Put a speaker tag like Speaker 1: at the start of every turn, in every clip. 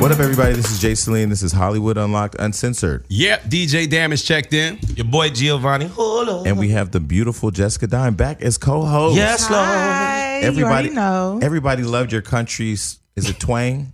Speaker 1: What up, everybody? This is Jay Celine. This is Hollywood Unlocked Uncensored.
Speaker 2: Yep, DJ Damage checked in.
Speaker 3: Your boy Giovanni. Hold
Speaker 1: And we have the beautiful Jessica Dime back as co host.
Speaker 3: Yes, Lord.
Speaker 4: Hi,
Speaker 1: Everybody,
Speaker 4: you already know
Speaker 1: everybody loved your country's. Is it twang?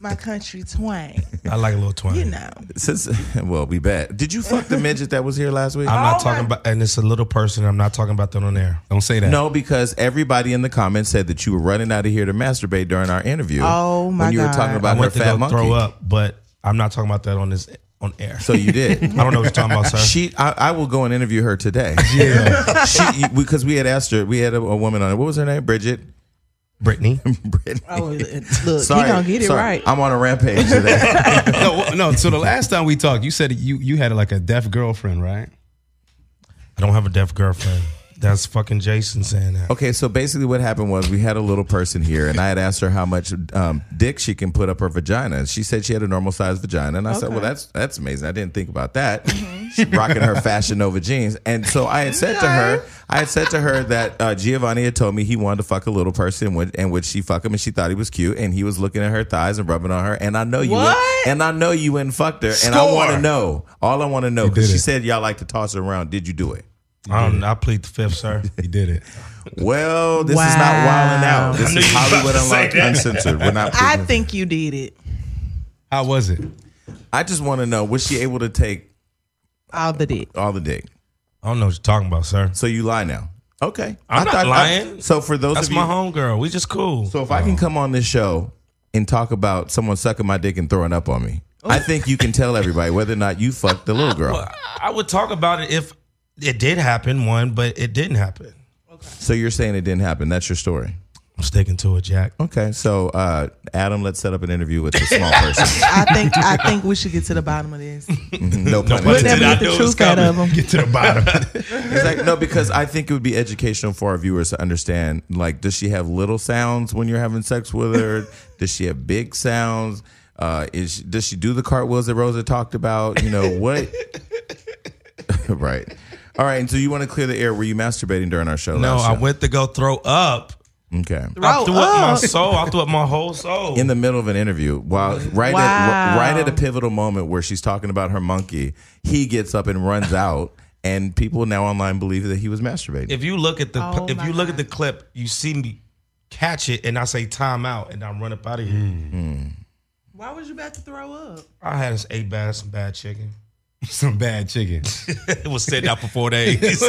Speaker 4: my country twang.
Speaker 3: I like a little twang.
Speaker 4: You know,
Speaker 1: Since well, we bet. Did you fuck the midget that was here last week?
Speaker 3: I'm not
Speaker 4: Oh,
Speaker 3: talking
Speaker 4: my-
Speaker 3: about, and it's a little person. I'm not talking about that on air.
Speaker 2: Don't say that.
Speaker 1: No, because everybody in the comments said that you were running out of here to masturbate during our interview.
Speaker 4: Oh, my
Speaker 1: When you were
Speaker 4: God.
Speaker 1: talking
Speaker 3: I
Speaker 1: about her
Speaker 3: went to
Speaker 1: fat
Speaker 3: go
Speaker 1: monkey.
Speaker 3: throw up, but I'm not talking about that on this on air.
Speaker 1: So you did.
Speaker 3: I don't know what you're talking about, sir.
Speaker 1: She, I, I will go and interview her today. Yeah, she, because we had asked her. We had a, a woman on it. What was her name? Bridget.
Speaker 3: Brittany.
Speaker 1: Bridget.
Speaker 4: oh, look,
Speaker 1: Sorry,
Speaker 4: he gonna get it
Speaker 1: sorry.
Speaker 4: right.
Speaker 1: I'm on a rampage today.
Speaker 2: no, no. So the last time we talked, you said you you had like a deaf girlfriend, right?
Speaker 3: I don't have a deaf girlfriend. That's fucking Jason saying that.
Speaker 1: okay, so basically, what happened was we had a little person here, and I had asked her how much um, dick she can put up her vagina. And she said she had a normal sized vagina, and I said,
Speaker 4: Okay. Mm-hmm.
Speaker 1: "Well, that's that's amazing. I didn't think about that." She rocking her Fashion Nova jeans, and so I had said to her, I had said to her that uh, Giovanni had told me he wanted to fuck a little person, would, and would she fuck him? And she thought he was cute, and he was looking at her thighs and rubbing on her, and I know you, went-
Speaker 4: What?
Speaker 1: and I know you went and fucked her, and I
Speaker 2: Score.
Speaker 1: want to know all I want to know because
Speaker 2: did
Speaker 1: she
Speaker 2: it.
Speaker 1: said y'all like to toss her around. Did you do it?
Speaker 3: I don't. I plead the fifth, sir.
Speaker 2: He did it.
Speaker 1: Well, this is not
Speaker 4: Wow.
Speaker 1: wilding out. This
Speaker 3: knew
Speaker 1: is
Speaker 3: you was
Speaker 1: Hollywood
Speaker 3: about to say
Speaker 1: Unlocked
Speaker 3: that.
Speaker 1: Uncensored. We're not.
Speaker 4: I think you did it
Speaker 2: How was it?
Speaker 1: I just want to know was she able to take
Speaker 4: all the dick.
Speaker 1: all the dick?
Speaker 3: I don't know what you're talking about, sir.
Speaker 1: So you lie now. Okay,
Speaker 3: I'm
Speaker 1: I
Speaker 3: not
Speaker 1: thought- I-
Speaker 3: lying.
Speaker 1: so for those
Speaker 3: That's
Speaker 1: of you,
Speaker 3: my homegirl. We just cool.
Speaker 1: so if I can come on this show and talk about someone sucking my dick and throwing up on me, I
Speaker 4: Oh.
Speaker 1: think you can tell everybody whether or not you fucked the little girl.
Speaker 3: I would talk about it if it did happen, one, but it didn't happen.
Speaker 1: So you're saying it didn't happen. That's your story.
Speaker 3: I'm sticking to it, Jack.
Speaker 1: Okay, so uh, Adam, let's set up an interview with the small person.
Speaker 4: I think I think we should get to the bottom of this.
Speaker 1: no pun
Speaker 4: We'll
Speaker 1: intended.
Speaker 4: never get the truth out of them.
Speaker 3: Get to the bottom.
Speaker 1: It's like, no, because I think it would be educational for our viewers to understand. Like, does she have little sounds when you're having sex with her? does she have big sounds? Uh, is she, does she do the cartwheels that Rosa talked about? You know what? right. All right. And so you want to clear the air? Were you masturbating during our show?
Speaker 3: no,
Speaker 1: last
Speaker 3: I
Speaker 1: show?
Speaker 3: went to go throw up.
Speaker 1: Okay.
Speaker 3: I
Speaker 4: Throw
Speaker 3: threw up my
Speaker 4: up.
Speaker 3: soul. I threw up my whole soul.
Speaker 1: In the middle of an interview, while right at
Speaker 4: Wow.
Speaker 1: right at a pivotal moment where she's talking about her monkey, he gets up and runs out, and people now online believe that he was masturbating.
Speaker 3: if you look at the
Speaker 4: Oh,
Speaker 3: if
Speaker 4: my
Speaker 3: you look at
Speaker 4: God.
Speaker 3: the clip, you see me catch it, and I say time out, and I run up out of here.
Speaker 4: Why was you about to throw up?
Speaker 3: I had this eight bad some bad chicken.
Speaker 2: Some bad chicken.
Speaker 3: It was sitting out for four days.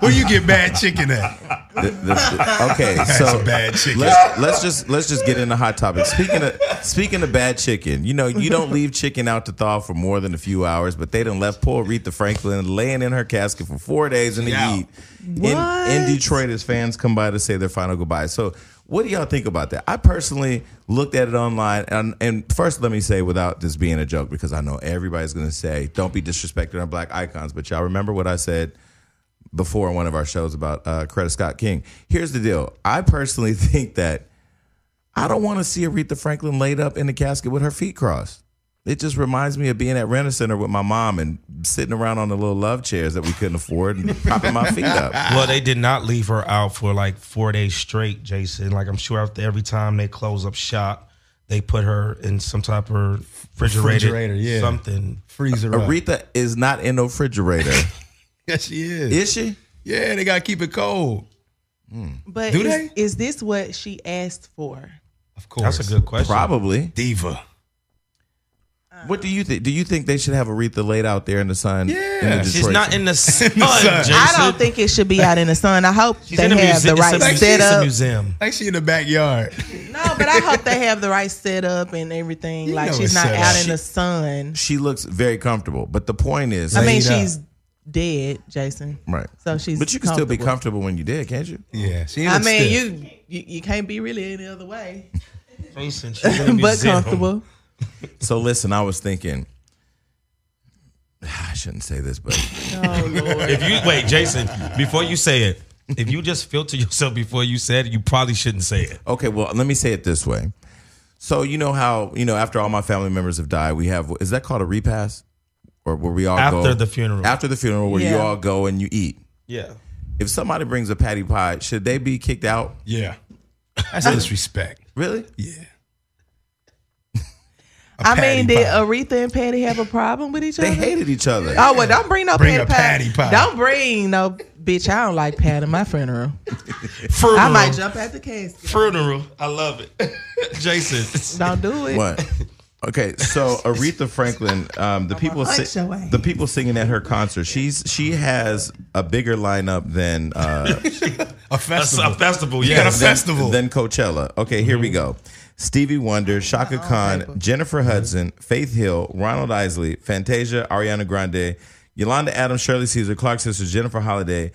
Speaker 2: Where you get bad chicken at?
Speaker 1: The- the- okay, so
Speaker 2: bad chicken.
Speaker 1: Let's, let's just let's just get into hot topics. Speaking of speaking of bad chicken, you know you don't leave chicken out to thaw for more than a few hours, but they done left poor Aretha Franklin laying in her casket for four days in the
Speaker 2: Yeah.
Speaker 1: heat in, in
Speaker 4: What?
Speaker 1: Detroit as fans come by to say their final goodbye. So what do y'all think about that? I personally looked at it online, and, and first let me say without this being a joke because I know everybody's gonna say don't be disrespected on black icons, but y'all remember what I said before on one of our shows about uh, Credit Scott King. Here's the deal. I personally think that I don't want to see Aretha Franklin laid up in the casket with her feet crossed. It just reminds me of being at Rent Center with my mom and sitting around on the little love chairs that we couldn't afford and popping my feet up.
Speaker 3: well, they did not leave her out for like four days straight, Jason. Like I'm sure after every time they close up shop, they put her in some type of refrigerator,
Speaker 2: Refrigerator, yeah.
Speaker 3: something.
Speaker 2: Freezer. up.
Speaker 1: Aretha is not in the refrigerator,
Speaker 2: Yes, she is.
Speaker 1: is she?
Speaker 2: yeah, they gotta keep it cold.
Speaker 4: But
Speaker 2: Do
Speaker 4: is, is this what she asked for?
Speaker 2: Of course.
Speaker 3: That's a good question.
Speaker 1: Probably.
Speaker 2: diva.
Speaker 1: What do you think? Do you think they should have Aretha laid out there in the sun? in the
Speaker 2: Yeah.
Speaker 1: Detroit
Speaker 3: She's not in the sun, Jason.
Speaker 4: I don't think it should be out in the sun. I hope they
Speaker 3: in
Speaker 4: have
Speaker 3: a
Speaker 4: the
Speaker 3: muse-
Speaker 4: right
Speaker 3: it's a, it's a
Speaker 4: setup.
Speaker 3: museum.
Speaker 2: Like she in the backyard.
Speaker 4: No, but I hope they have the right setup and everything.
Speaker 2: You
Speaker 4: like
Speaker 2: know
Speaker 4: she's
Speaker 2: it's
Speaker 4: not
Speaker 2: set
Speaker 4: out
Speaker 2: up.
Speaker 4: in the sun.
Speaker 1: she looks very comfortable, but the point is,
Speaker 4: I mean,
Speaker 2: Laid up.
Speaker 4: she's dead, Jason.
Speaker 1: right?
Speaker 4: So she's.
Speaker 1: But you can still be comfortable when you did, can't you?
Speaker 2: Yeah, she.
Speaker 4: I
Speaker 2: looks
Speaker 4: mean,
Speaker 2: stiff.
Speaker 4: you, you you can't be really any other way,
Speaker 3: Jason, she's in a
Speaker 4: but
Speaker 3: museum.
Speaker 4: comfortable.
Speaker 1: So listen, I was thinking, I shouldn't say this, but
Speaker 4: Oh Lord.
Speaker 3: If you wait, Jason, before you say it, if you just filter yourself before you said it, you probably shouldn't say it.
Speaker 1: okay. Well, let me say it this way. So you know how you know after all my family members have died, we have is that called a repass, or where we all go
Speaker 3: After the funeral.
Speaker 1: after the funeral where you
Speaker 4: Yeah.
Speaker 1: all go and you eat.
Speaker 3: Yeah.
Speaker 1: If somebody brings a patty pie, should they be kicked out?
Speaker 2: Yeah. That's disrespect.
Speaker 1: Really?
Speaker 2: Yeah.
Speaker 4: I mean, uh,
Speaker 2: patty
Speaker 4: did
Speaker 2: pie.
Speaker 4: Aretha and Patty have a problem with each other?
Speaker 1: They hated each other.
Speaker 4: Oh well, don't bring no
Speaker 2: Bring
Speaker 4: patty,
Speaker 2: a patty pie.
Speaker 4: pie. Don't bring no bitch. I don't like patty. My funeral.
Speaker 3: Funeral.
Speaker 4: I might jump at the casket.
Speaker 3: Funeral. I love it. Jason.
Speaker 4: Don't do it.
Speaker 1: What? Okay, so Aretha Franklin, um, the people
Speaker 4: punch
Speaker 1: si-
Speaker 4: your way.
Speaker 1: the people singing at her concert, she's she has a bigger lineup than uh,
Speaker 2: A
Speaker 3: That's a
Speaker 2: festival.
Speaker 3: festival.
Speaker 2: You got a
Speaker 3: Yeah.
Speaker 2: festival.
Speaker 1: than Coachella. Okay, here we
Speaker 4: Mm-hmm.
Speaker 1: go: Stevie Wonder,
Speaker 4: Oh,
Speaker 1: Shaka Khan, Jennifer Hudson, Faith Hill, Ronald Isley, Fantasia, Ariana Grande, Yolanda Adams, Shirley Caesar, Clark Sisters, Jennifer Holiday.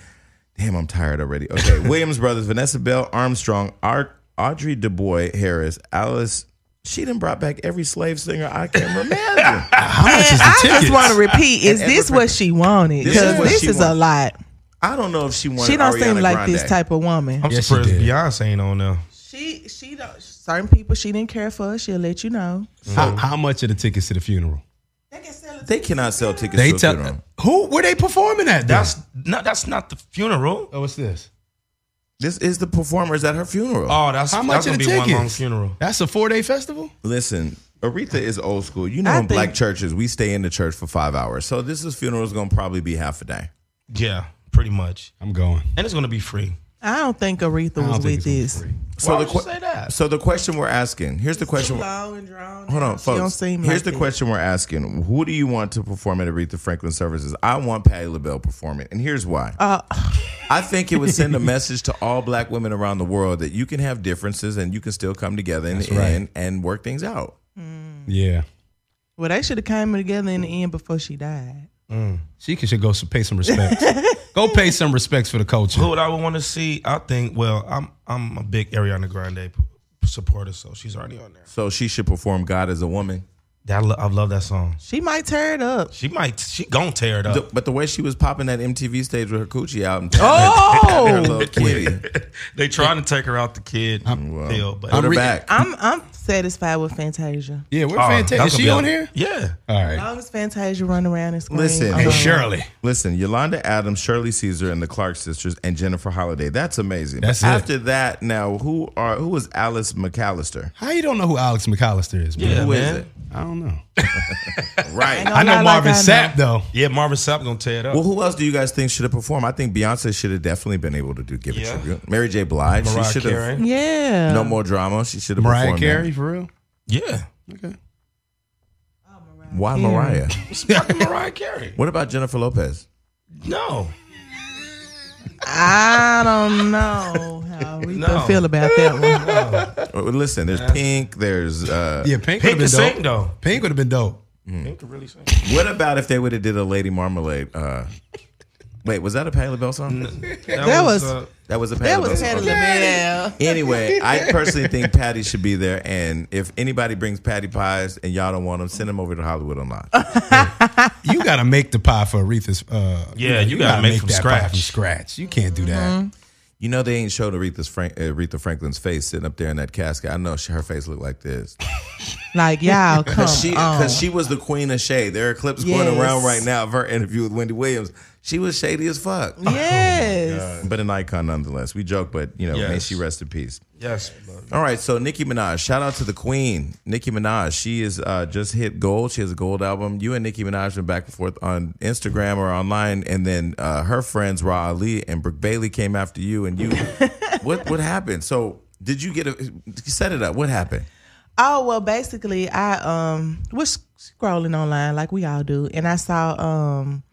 Speaker 1: Damn, I'm tired already. Okay, Williams Brothers, Vanessa Bell, Armstrong, Ar- Audrey Du Bois Harris, Alice. She done brought back every slave singer I can remember.
Speaker 4: And
Speaker 2: is the
Speaker 4: I just
Speaker 2: tickets?
Speaker 4: want to repeat: Is
Speaker 1: And
Speaker 4: this
Speaker 1: Edward
Speaker 4: what she wanted?
Speaker 1: This is
Speaker 4: Because
Speaker 1: what
Speaker 4: this
Speaker 1: she
Speaker 4: is a
Speaker 1: wanted.
Speaker 4: lot.
Speaker 1: I don't know if she wanted.
Speaker 4: She don't
Speaker 1: Ariana
Speaker 4: seem like this
Speaker 1: Grande.
Speaker 4: type of woman.
Speaker 3: I'm
Speaker 2: Yes, she
Speaker 3: surprised
Speaker 2: did.
Speaker 3: Beyonce ain't on there.
Speaker 4: She she don't. Certain people she didn't care for. She'll let you know.
Speaker 2: How, how much are the tickets to the funeral?
Speaker 4: They can sell it.
Speaker 1: They cannot sell tickets
Speaker 2: They
Speaker 1: to a
Speaker 2: tell
Speaker 1: funeral.
Speaker 2: who were they performing at? then?
Speaker 3: That's no, that's not the funeral.
Speaker 2: oh, what's this?
Speaker 1: This is the performers at her funeral.
Speaker 3: Oh, that's
Speaker 2: How much
Speaker 3: that's gonna
Speaker 2: are the
Speaker 3: be one long
Speaker 2: tickets?
Speaker 3: funeral.
Speaker 2: That's a four day festival.
Speaker 1: Listen, Aretha is old school. You know,
Speaker 4: I
Speaker 1: in black
Speaker 4: think-
Speaker 1: churches, we stay in the church for five hours. So this is funeral's going to probably be half a day.
Speaker 3: Yeah, pretty much.
Speaker 2: I'm going.
Speaker 3: And it's gonna be free.
Speaker 4: I don't think Aretha
Speaker 2: I don't
Speaker 4: was
Speaker 2: think
Speaker 4: with
Speaker 2: it's
Speaker 4: this.
Speaker 2: gonna be free.
Speaker 1: So
Speaker 3: Why
Speaker 1: the
Speaker 3: would you say that?
Speaker 1: So the question we're asking here's the question.
Speaker 4: Long and drawn.
Speaker 1: Hold on,
Speaker 4: She
Speaker 1: folks.
Speaker 4: don't seem
Speaker 1: Here's
Speaker 4: like
Speaker 1: the
Speaker 4: that.
Speaker 1: question we're asking: Who do you want to perform at Aretha Franklin services? I want Patti LaBelle performing, and here's why.
Speaker 4: Uh,
Speaker 1: I think it would send a message to all Black women around the world that you can have differences and you can still come together in the
Speaker 2: right.
Speaker 1: end and work things out.
Speaker 2: Yeah,
Speaker 4: Well, they should have came together in the end before she died.
Speaker 2: she can- should go s- pay some respects. go pay some respects for the culture.
Speaker 3: Who would I would want to see? I think. Well, I'm I'm a big Ariana Grande p- supporter, so she's already on there.
Speaker 1: So she should perform God as a woman.
Speaker 3: That I, lo- I love that song.
Speaker 4: She might tear it up.
Speaker 3: She might. She gonna tear it up.
Speaker 1: The- but the way she was popping that MTV stage with her coochie out and tapping
Speaker 4: Oh!
Speaker 1: her, tapping her little kitty,
Speaker 3: they trying to take her out the kid deal, but
Speaker 1: put her
Speaker 2: re-
Speaker 1: back.
Speaker 4: I'm I'm satisfied with Fantasia.
Speaker 2: Yeah, we're
Speaker 3: Oh,
Speaker 2: fantastic. Is
Speaker 3: that's
Speaker 2: she
Speaker 3: gonna be a-
Speaker 2: on here?
Speaker 3: Yeah.
Speaker 2: All right.
Speaker 4: As long as Fantasia run around and scream. Um,
Speaker 1: Listen.
Speaker 4: I'm
Speaker 1: Hey,
Speaker 2: Hey,
Speaker 4: all
Speaker 2: Shirley.
Speaker 1: Listen, Yolanda Adams, Shirley Caesar, and the Clark sisters, and Jennifer Holiday. That's amazing.
Speaker 2: That's
Speaker 1: But
Speaker 2: it.
Speaker 1: After that, now who are who is Alice McAllister?
Speaker 2: How you don't know who Alex McAllister is? Man?
Speaker 3: Yeah,
Speaker 1: Who is
Speaker 3: man.
Speaker 1: it?
Speaker 2: I don't know.
Speaker 1: Right.
Speaker 4: Ain't
Speaker 2: I know
Speaker 4: Not like
Speaker 2: Marvin
Speaker 4: I know.
Speaker 2: Sapp though.
Speaker 3: Yeah, Marvin Sapp gonna tear it up.
Speaker 1: Well, who else do you guys think should have performed? I think Beyonce should have definitely been able to do give
Speaker 3: Yeah.
Speaker 1: a tribute. Mary J. Blige,
Speaker 3: Mariah
Speaker 1: she should have
Speaker 3: Carey.
Speaker 4: Yeah.
Speaker 1: no more drama. She should have
Speaker 2: Mariah
Speaker 1: performed
Speaker 2: Carey for real.
Speaker 3: Yeah.
Speaker 2: Okay.
Speaker 1: that. Why Mariah?
Speaker 3: It's fucking Mariah Carey.
Speaker 1: what about Jennifer Lopez?
Speaker 3: No.
Speaker 4: I don't know how we
Speaker 3: No.
Speaker 4: feel about that one.
Speaker 1: Uh, Listen, there's Pink. There's uh,
Speaker 2: Yeah, Pink would
Speaker 3: Pink
Speaker 2: have been
Speaker 3: can sing
Speaker 2: dope.
Speaker 3: though.
Speaker 2: Pink would have been dope.
Speaker 3: Pink can really sing.
Speaker 1: What about if they would have did a Lady Marmalade? Uh, wait, was that a Patti LaBelle song?
Speaker 4: That was-
Speaker 3: uh,
Speaker 1: That was a Patti
Speaker 4: That
Speaker 1: LaBelle
Speaker 4: was
Speaker 1: song.
Speaker 4: Patty
Speaker 1: Okay.
Speaker 4: LaBelle.
Speaker 1: Anyway, I personally think Patty should be there. And if anybody brings Patty pies and y'all don't want them, send them over to Hollywood Unlocked.
Speaker 2: You gotta make the pie for Aretha's. Uh,
Speaker 3: Yeah, you gotta make from
Speaker 2: that pie
Speaker 3: scratch.
Speaker 2: from scratch. You can't do that.
Speaker 4: Mm-hmm.
Speaker 1: You know they ain't showed Aretha's Frank, Aretha Franklin's face sitting up there in that casket. I know she, her face looked like this.
Speaker 4: Like y'all come
Speaker 1: She
Speaker 4: on.
Speaker 1: because she was the queen of shade. There are clips going
Speaker 4: Oh, Yes.
Speaker 1: around right now of her interview with Wendy Williams. She was shady as fuck,
Speaker 4: yes.
Speaker 1: but an icon nonetheless. We joke, but you know, may
Speaker 3: Yes.
Speaker 1: she rest in peace.
Speaker 3: Yes. love you.
Speaker 1: All right, so Nicki Minaj, shout out to the queen, Nicki Minaj. She is uh, just hit gold. She has a gold album. You and Nicki Minaj been back and forth on Instagram or online, and then uh, her friends Ra Ali and Brooke Bailey came after you. And you, what what happened? So did you get a set it up? What happened?
Speaker 4: Oh well, basically, I um was scrolling online like we all do, and I saw um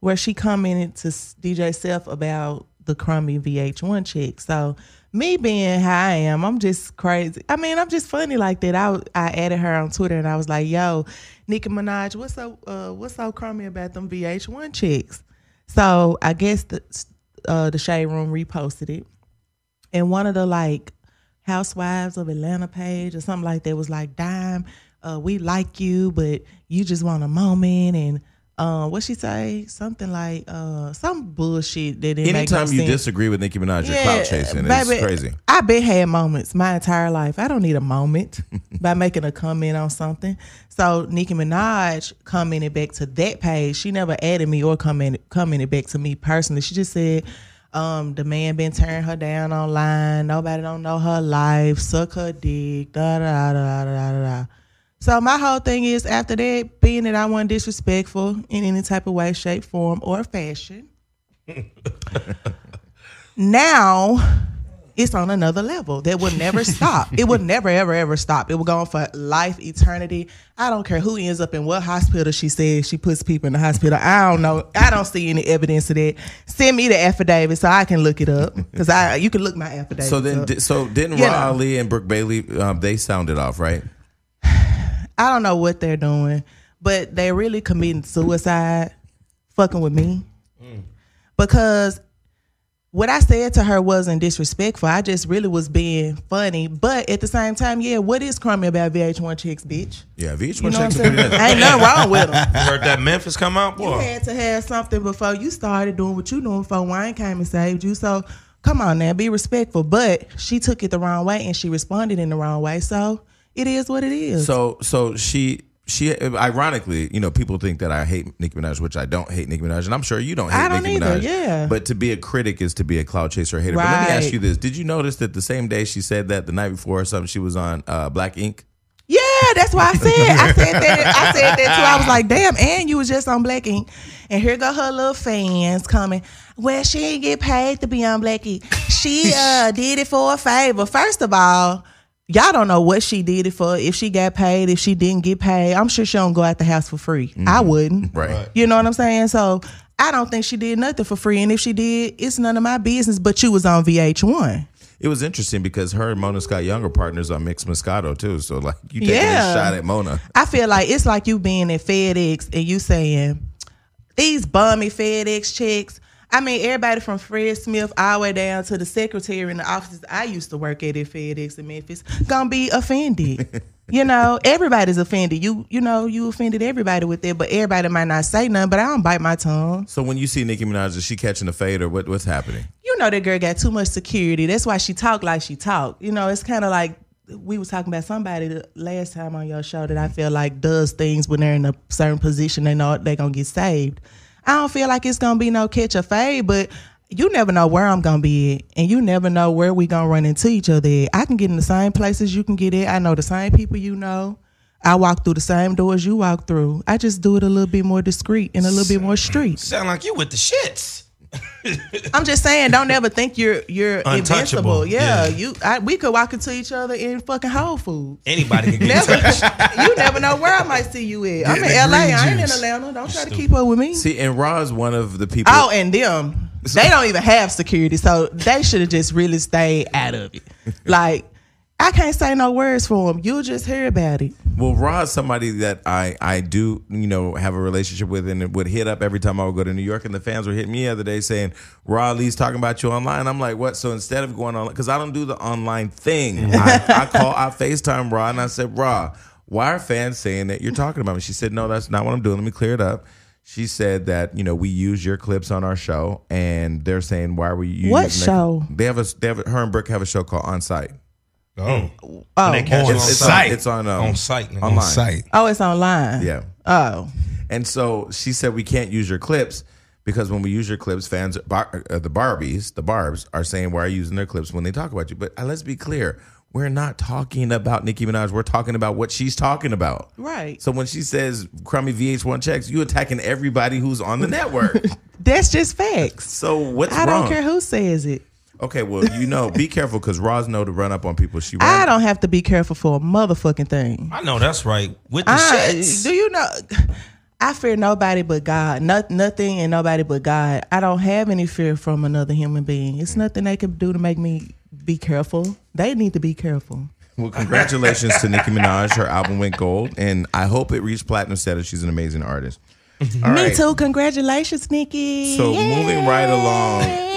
Speaker 4: where she commented to s- DJ Self about the crummy VH1 chick. So me being how I am, I'm just crazy. I mean, I'm just funny like that. I I added her on Twitter and I was like, "Yo, Nicki Minaj, what's so uh, what's so crummy about them VH1 chicks?" So I guess the uh, the shade room reposted it, and one of the like Housewives of Atlanta page or something like that was like, "Dime, uh, we like you, but you just want a moment." And uh, what she say? Something like uh, some bullshit that didn't make no
Speaker 1: Anytime you
Speaker 4: sense.
Speaker 1: disagree with Nicki Minaj, you're clout chasing.
Speaker 4: baby,
Speaker 1: it's crazy.
Speaker 4: I've been had moments my entire life. I don't need a moment by making a comment on something. So Nicki Minaj commented back to that page. She never added me or commented commented back to me personally. She just said, um, the man been tearing her down online. Nobody don't know her life. Suck her dick. Da da da da da da. da. So my whole thing is after that, being that I wasn't disrespectful in any type of way, shape, form, or fashion. now it's on another level that will never stop. It will never, ever, ever stop. It will go on for life, eternity. I don't care who ends up in what hospital she says she puts people in the hospital. I don't know. I don't see any evidence of that. Send me the affidavit so I can look it up. Because I you can look my affidavit.
Speaker 1: So then,
Speaker 4: up.
Speaker 1: di- so didn't
Speaker 4: You
Speaker 1: Ra
Speaker 4: know.
Speaker 1: Ali and Brooke Bailey? Um, they sounded off, right?
Speaker 4: I don't know what they're doing, but they're really committing suicide, fucking with me. Because what I said to her wasn't disrespectful. I just really was being funny. But at the same time, yeah, what is crummy about VH1 chicks, bitch?
Speaker 1: Yeah, VH1
Speaker 4: You know what I'm
Speaker 1: checks
Speaker 4: saying? Ain't nothing wrong with them.
Speaker 3: You heard that Memphis come out?
Speaker 4: You
Speaker 3: Boy.
Speaker 4: had to have something before you started doing what you doing before wine came and saved you. So come on now, be respectful. But she took it the wrong way and she responded in the wrong way. So it is what it is.
Speaker 1: So so she she ironically, you know, people think that I hate Nicki Minaj, which I don't hate Nicki Minaj, and I'm sure you don't hate
Speaker 4: I don't
Speaker 1: Nicki
Speaker 4: either,
Speaker 1: Minaj.
Speaker 4: yeah.
Speaker 1: But to be a critic is to be a cloud chaser or hater. But let me ask
Speaker 4: Right.
Speaker 1: you this: Did you notice that the same day she said that, the night before or something, she was on uh, Black Ink?
Speaker 4: Yeah, that's why I said I said that I said that too. I was like, damn, and you was just on Black Ink. And here go her little fans coming. Well, she didn't get paid to be on Black Ink. She uh did it for a favor. First of all, y'all don't know what she did it for, if she got paid, if she didn't get paid. I'm sure she don't go out the house for free. I wouldn't.
Speaker 1: Right.
Speaker 4: You know what I'm saying? So I don't think she did nothing for free. And if she did, it's none of my business, but you was on VH1.
Speaker 1: It was interesting because her and Mona Scott Young are partners on Mix Moscato too. So like you taking
Speaker 4: Yeah.
Speaker 1: a shot at Mona.
Speaker 4: I feel like it's like you being at FedEx and you saying these bummy FedEx chicks. I mean, everybody from Fred Smith all the way down to the secretary in the offices I used to work at at FedEx in Memphis gonna be offended. you know, everybody's offended. You you know you offended everybody with that, but everybody might not say nothing. But I don't bite my tongue.
Speaker 1: So when you see Nicki Minaj, is she catching a fade or what, what's happening?
Speaker 4: You know that girl got too much security. That's why she talked like she talked. You know, it's kind of like. We was talking about somebody the last time on your show that I feel like does things when they're in a certain position they know they're gonna get saved. I don't feel like it's gonna be no catch or fade, but you never know where I'm gonna be at, and you never know where we gonna run into each other. At. I can get in the same places you can get at. I know the same people you know. I walk through the same doors you walk through. I just do it a little bit more discreet and a little bit more street.
Speaker 3: Sound like you with the shits.
Speaker 4: I'm just saying, don't ever think you're you're
Speaker 3: Untouchable,
Speaker 4: invincible. Yeah,
Speaker 3: yeah.
Speaker 4: you. I, we could walk into each other in fucking Whole Foods.
Speaker 3: Anybody can get
Speaker 4: Never,
Speaker 3: touched.
Speaker 4: you never know where I might see you at. I'm in
Speaker 3: that
Speaker 4: LA.
Speaker 3: green
Speaker 4: I ain't in
Speaker 3: juice.
Speaker 4: Atlanta. Don't try to keep up with me.
Speaker 1: See, and Ra's one of the people.
Speaker 4: Oh, and them. They don't even have security, so they should have just really stayed out of it. Like, I can't say no words for them. You'll just hear about it.
Speaker 1: Well, Ra is somebody that I, I do, you know, have a relationship with and it would hit up every time I would go to New York. And the fans were hitting me the other day saying, Ra Lee's talking about you online. I'm like, what? So instead of going on, because I don't do the online thing, I, I call, I FaceTime Ra and I said, Ra, why are fans saying that you're talking about me? She said, no, that's not what I'm doing. Let me clear it up. She said that, you know, we use your clips on our show and they're saying, why were you
Speaker 4: What
Speaker 1: using that-
Speaker 4: show?
Speaker 1: They have a, they have a, her and Brooke have a show called On Site.
Speaker 2: Oh,
Speaker 4: Oh,
Speaker 3: They catch you on
Speaker 1: It's
Speaker 3: site.
Speaker 1: On, it's on, um,
Speaker 3: On site, nigga.
Speaker 1: Online.
Speaker 2: on sight.
Speaker 4: oh, it's online.
Speaker 1: Yeah.
Speaker 4: Oh,
Speaker 1: And so she said, we can't use your clips because when we use your clips, fans, bar, uh, the Barbies, the Barbs, are saying, why are you using their clips when they talk about you? But uh, let's be clear. We're not talking about Nicki Minaj. We're talking about what she's talking about.
Speaker 4: right.
Speaker 1: So when she says crummy VH1 checks, you attacking everybody who's on the network.
Speaker 4: That's just facts.
Speaker 1: so what's
Speaker 4: I
Speaker 1: wrong?
Speaker 4: don't care who says it.
Speaker 1: Okay, well, you know, be careful because Roz know to run up on people. She ran
Speaker 4: I don't have to be careful for a motherfucking thing.
Speaker 3: I know that's right. With the
Speaker 4: I,
Speaker 3: shits.
Speaker 4: do you know? I fear nobody but God. Not, nothing and nobody but God. I don't have any fear from another human being. It's nothing they can do to make me be careful. They need to be careful.
Speaker 1: Well, congratulations to Nicki Minaj. Her album went gold, and I hope it reached platinum status. She's an amazing artist. All
Speaker 4: me
Speaker 1: right.
Speaker 4: too. Congratulations, Nikki.
Speaker 1: So moving right along,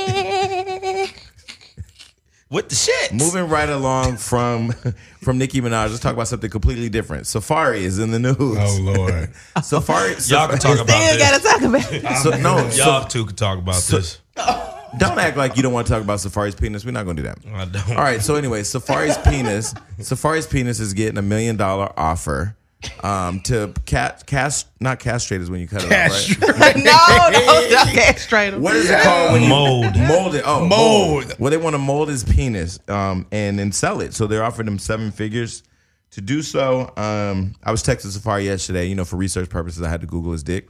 Speaker 3: With the shits.
Speaker 1: moving right along from from Nicki Minaj. Let's talk about something completely different. Safari is in the news.
Speaker 2: Oh Lord.
Speaker 1: Safari,
Speaker 3: Y'all can talk about this.
Speaker 4: Still gotta talk about it.
Speaker 1: So, no, so,
Speaker 3: Y'all two can talk about this.
Speaker 1: don't act like you don't want to talk about Safari's penis. We're not going to do that.
Speaker 3: I don't.
Speaker 1: All right. So anyway, Safari's penis. Safari's penis is getting a million dollar offer um, to cat cast not castrate is when you cut it off, right?
Speaker 4: no, no, don't get straight. up.
Speaker 1: What is it called when you
Speaker 3: Mold.
Speaker 1: Mold it. Oh,
Speaker 2: Mold.
Speaker 1: Well, they want to mold his penis um, and then sell it. So they're offering him seven figures To do so, um, I was texting Safari yesterday. You know, for research purposes, I had to Google his dick.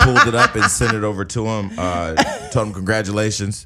Speaker 1: Pulled it up and sent it over to him. Uh, told him congratulations.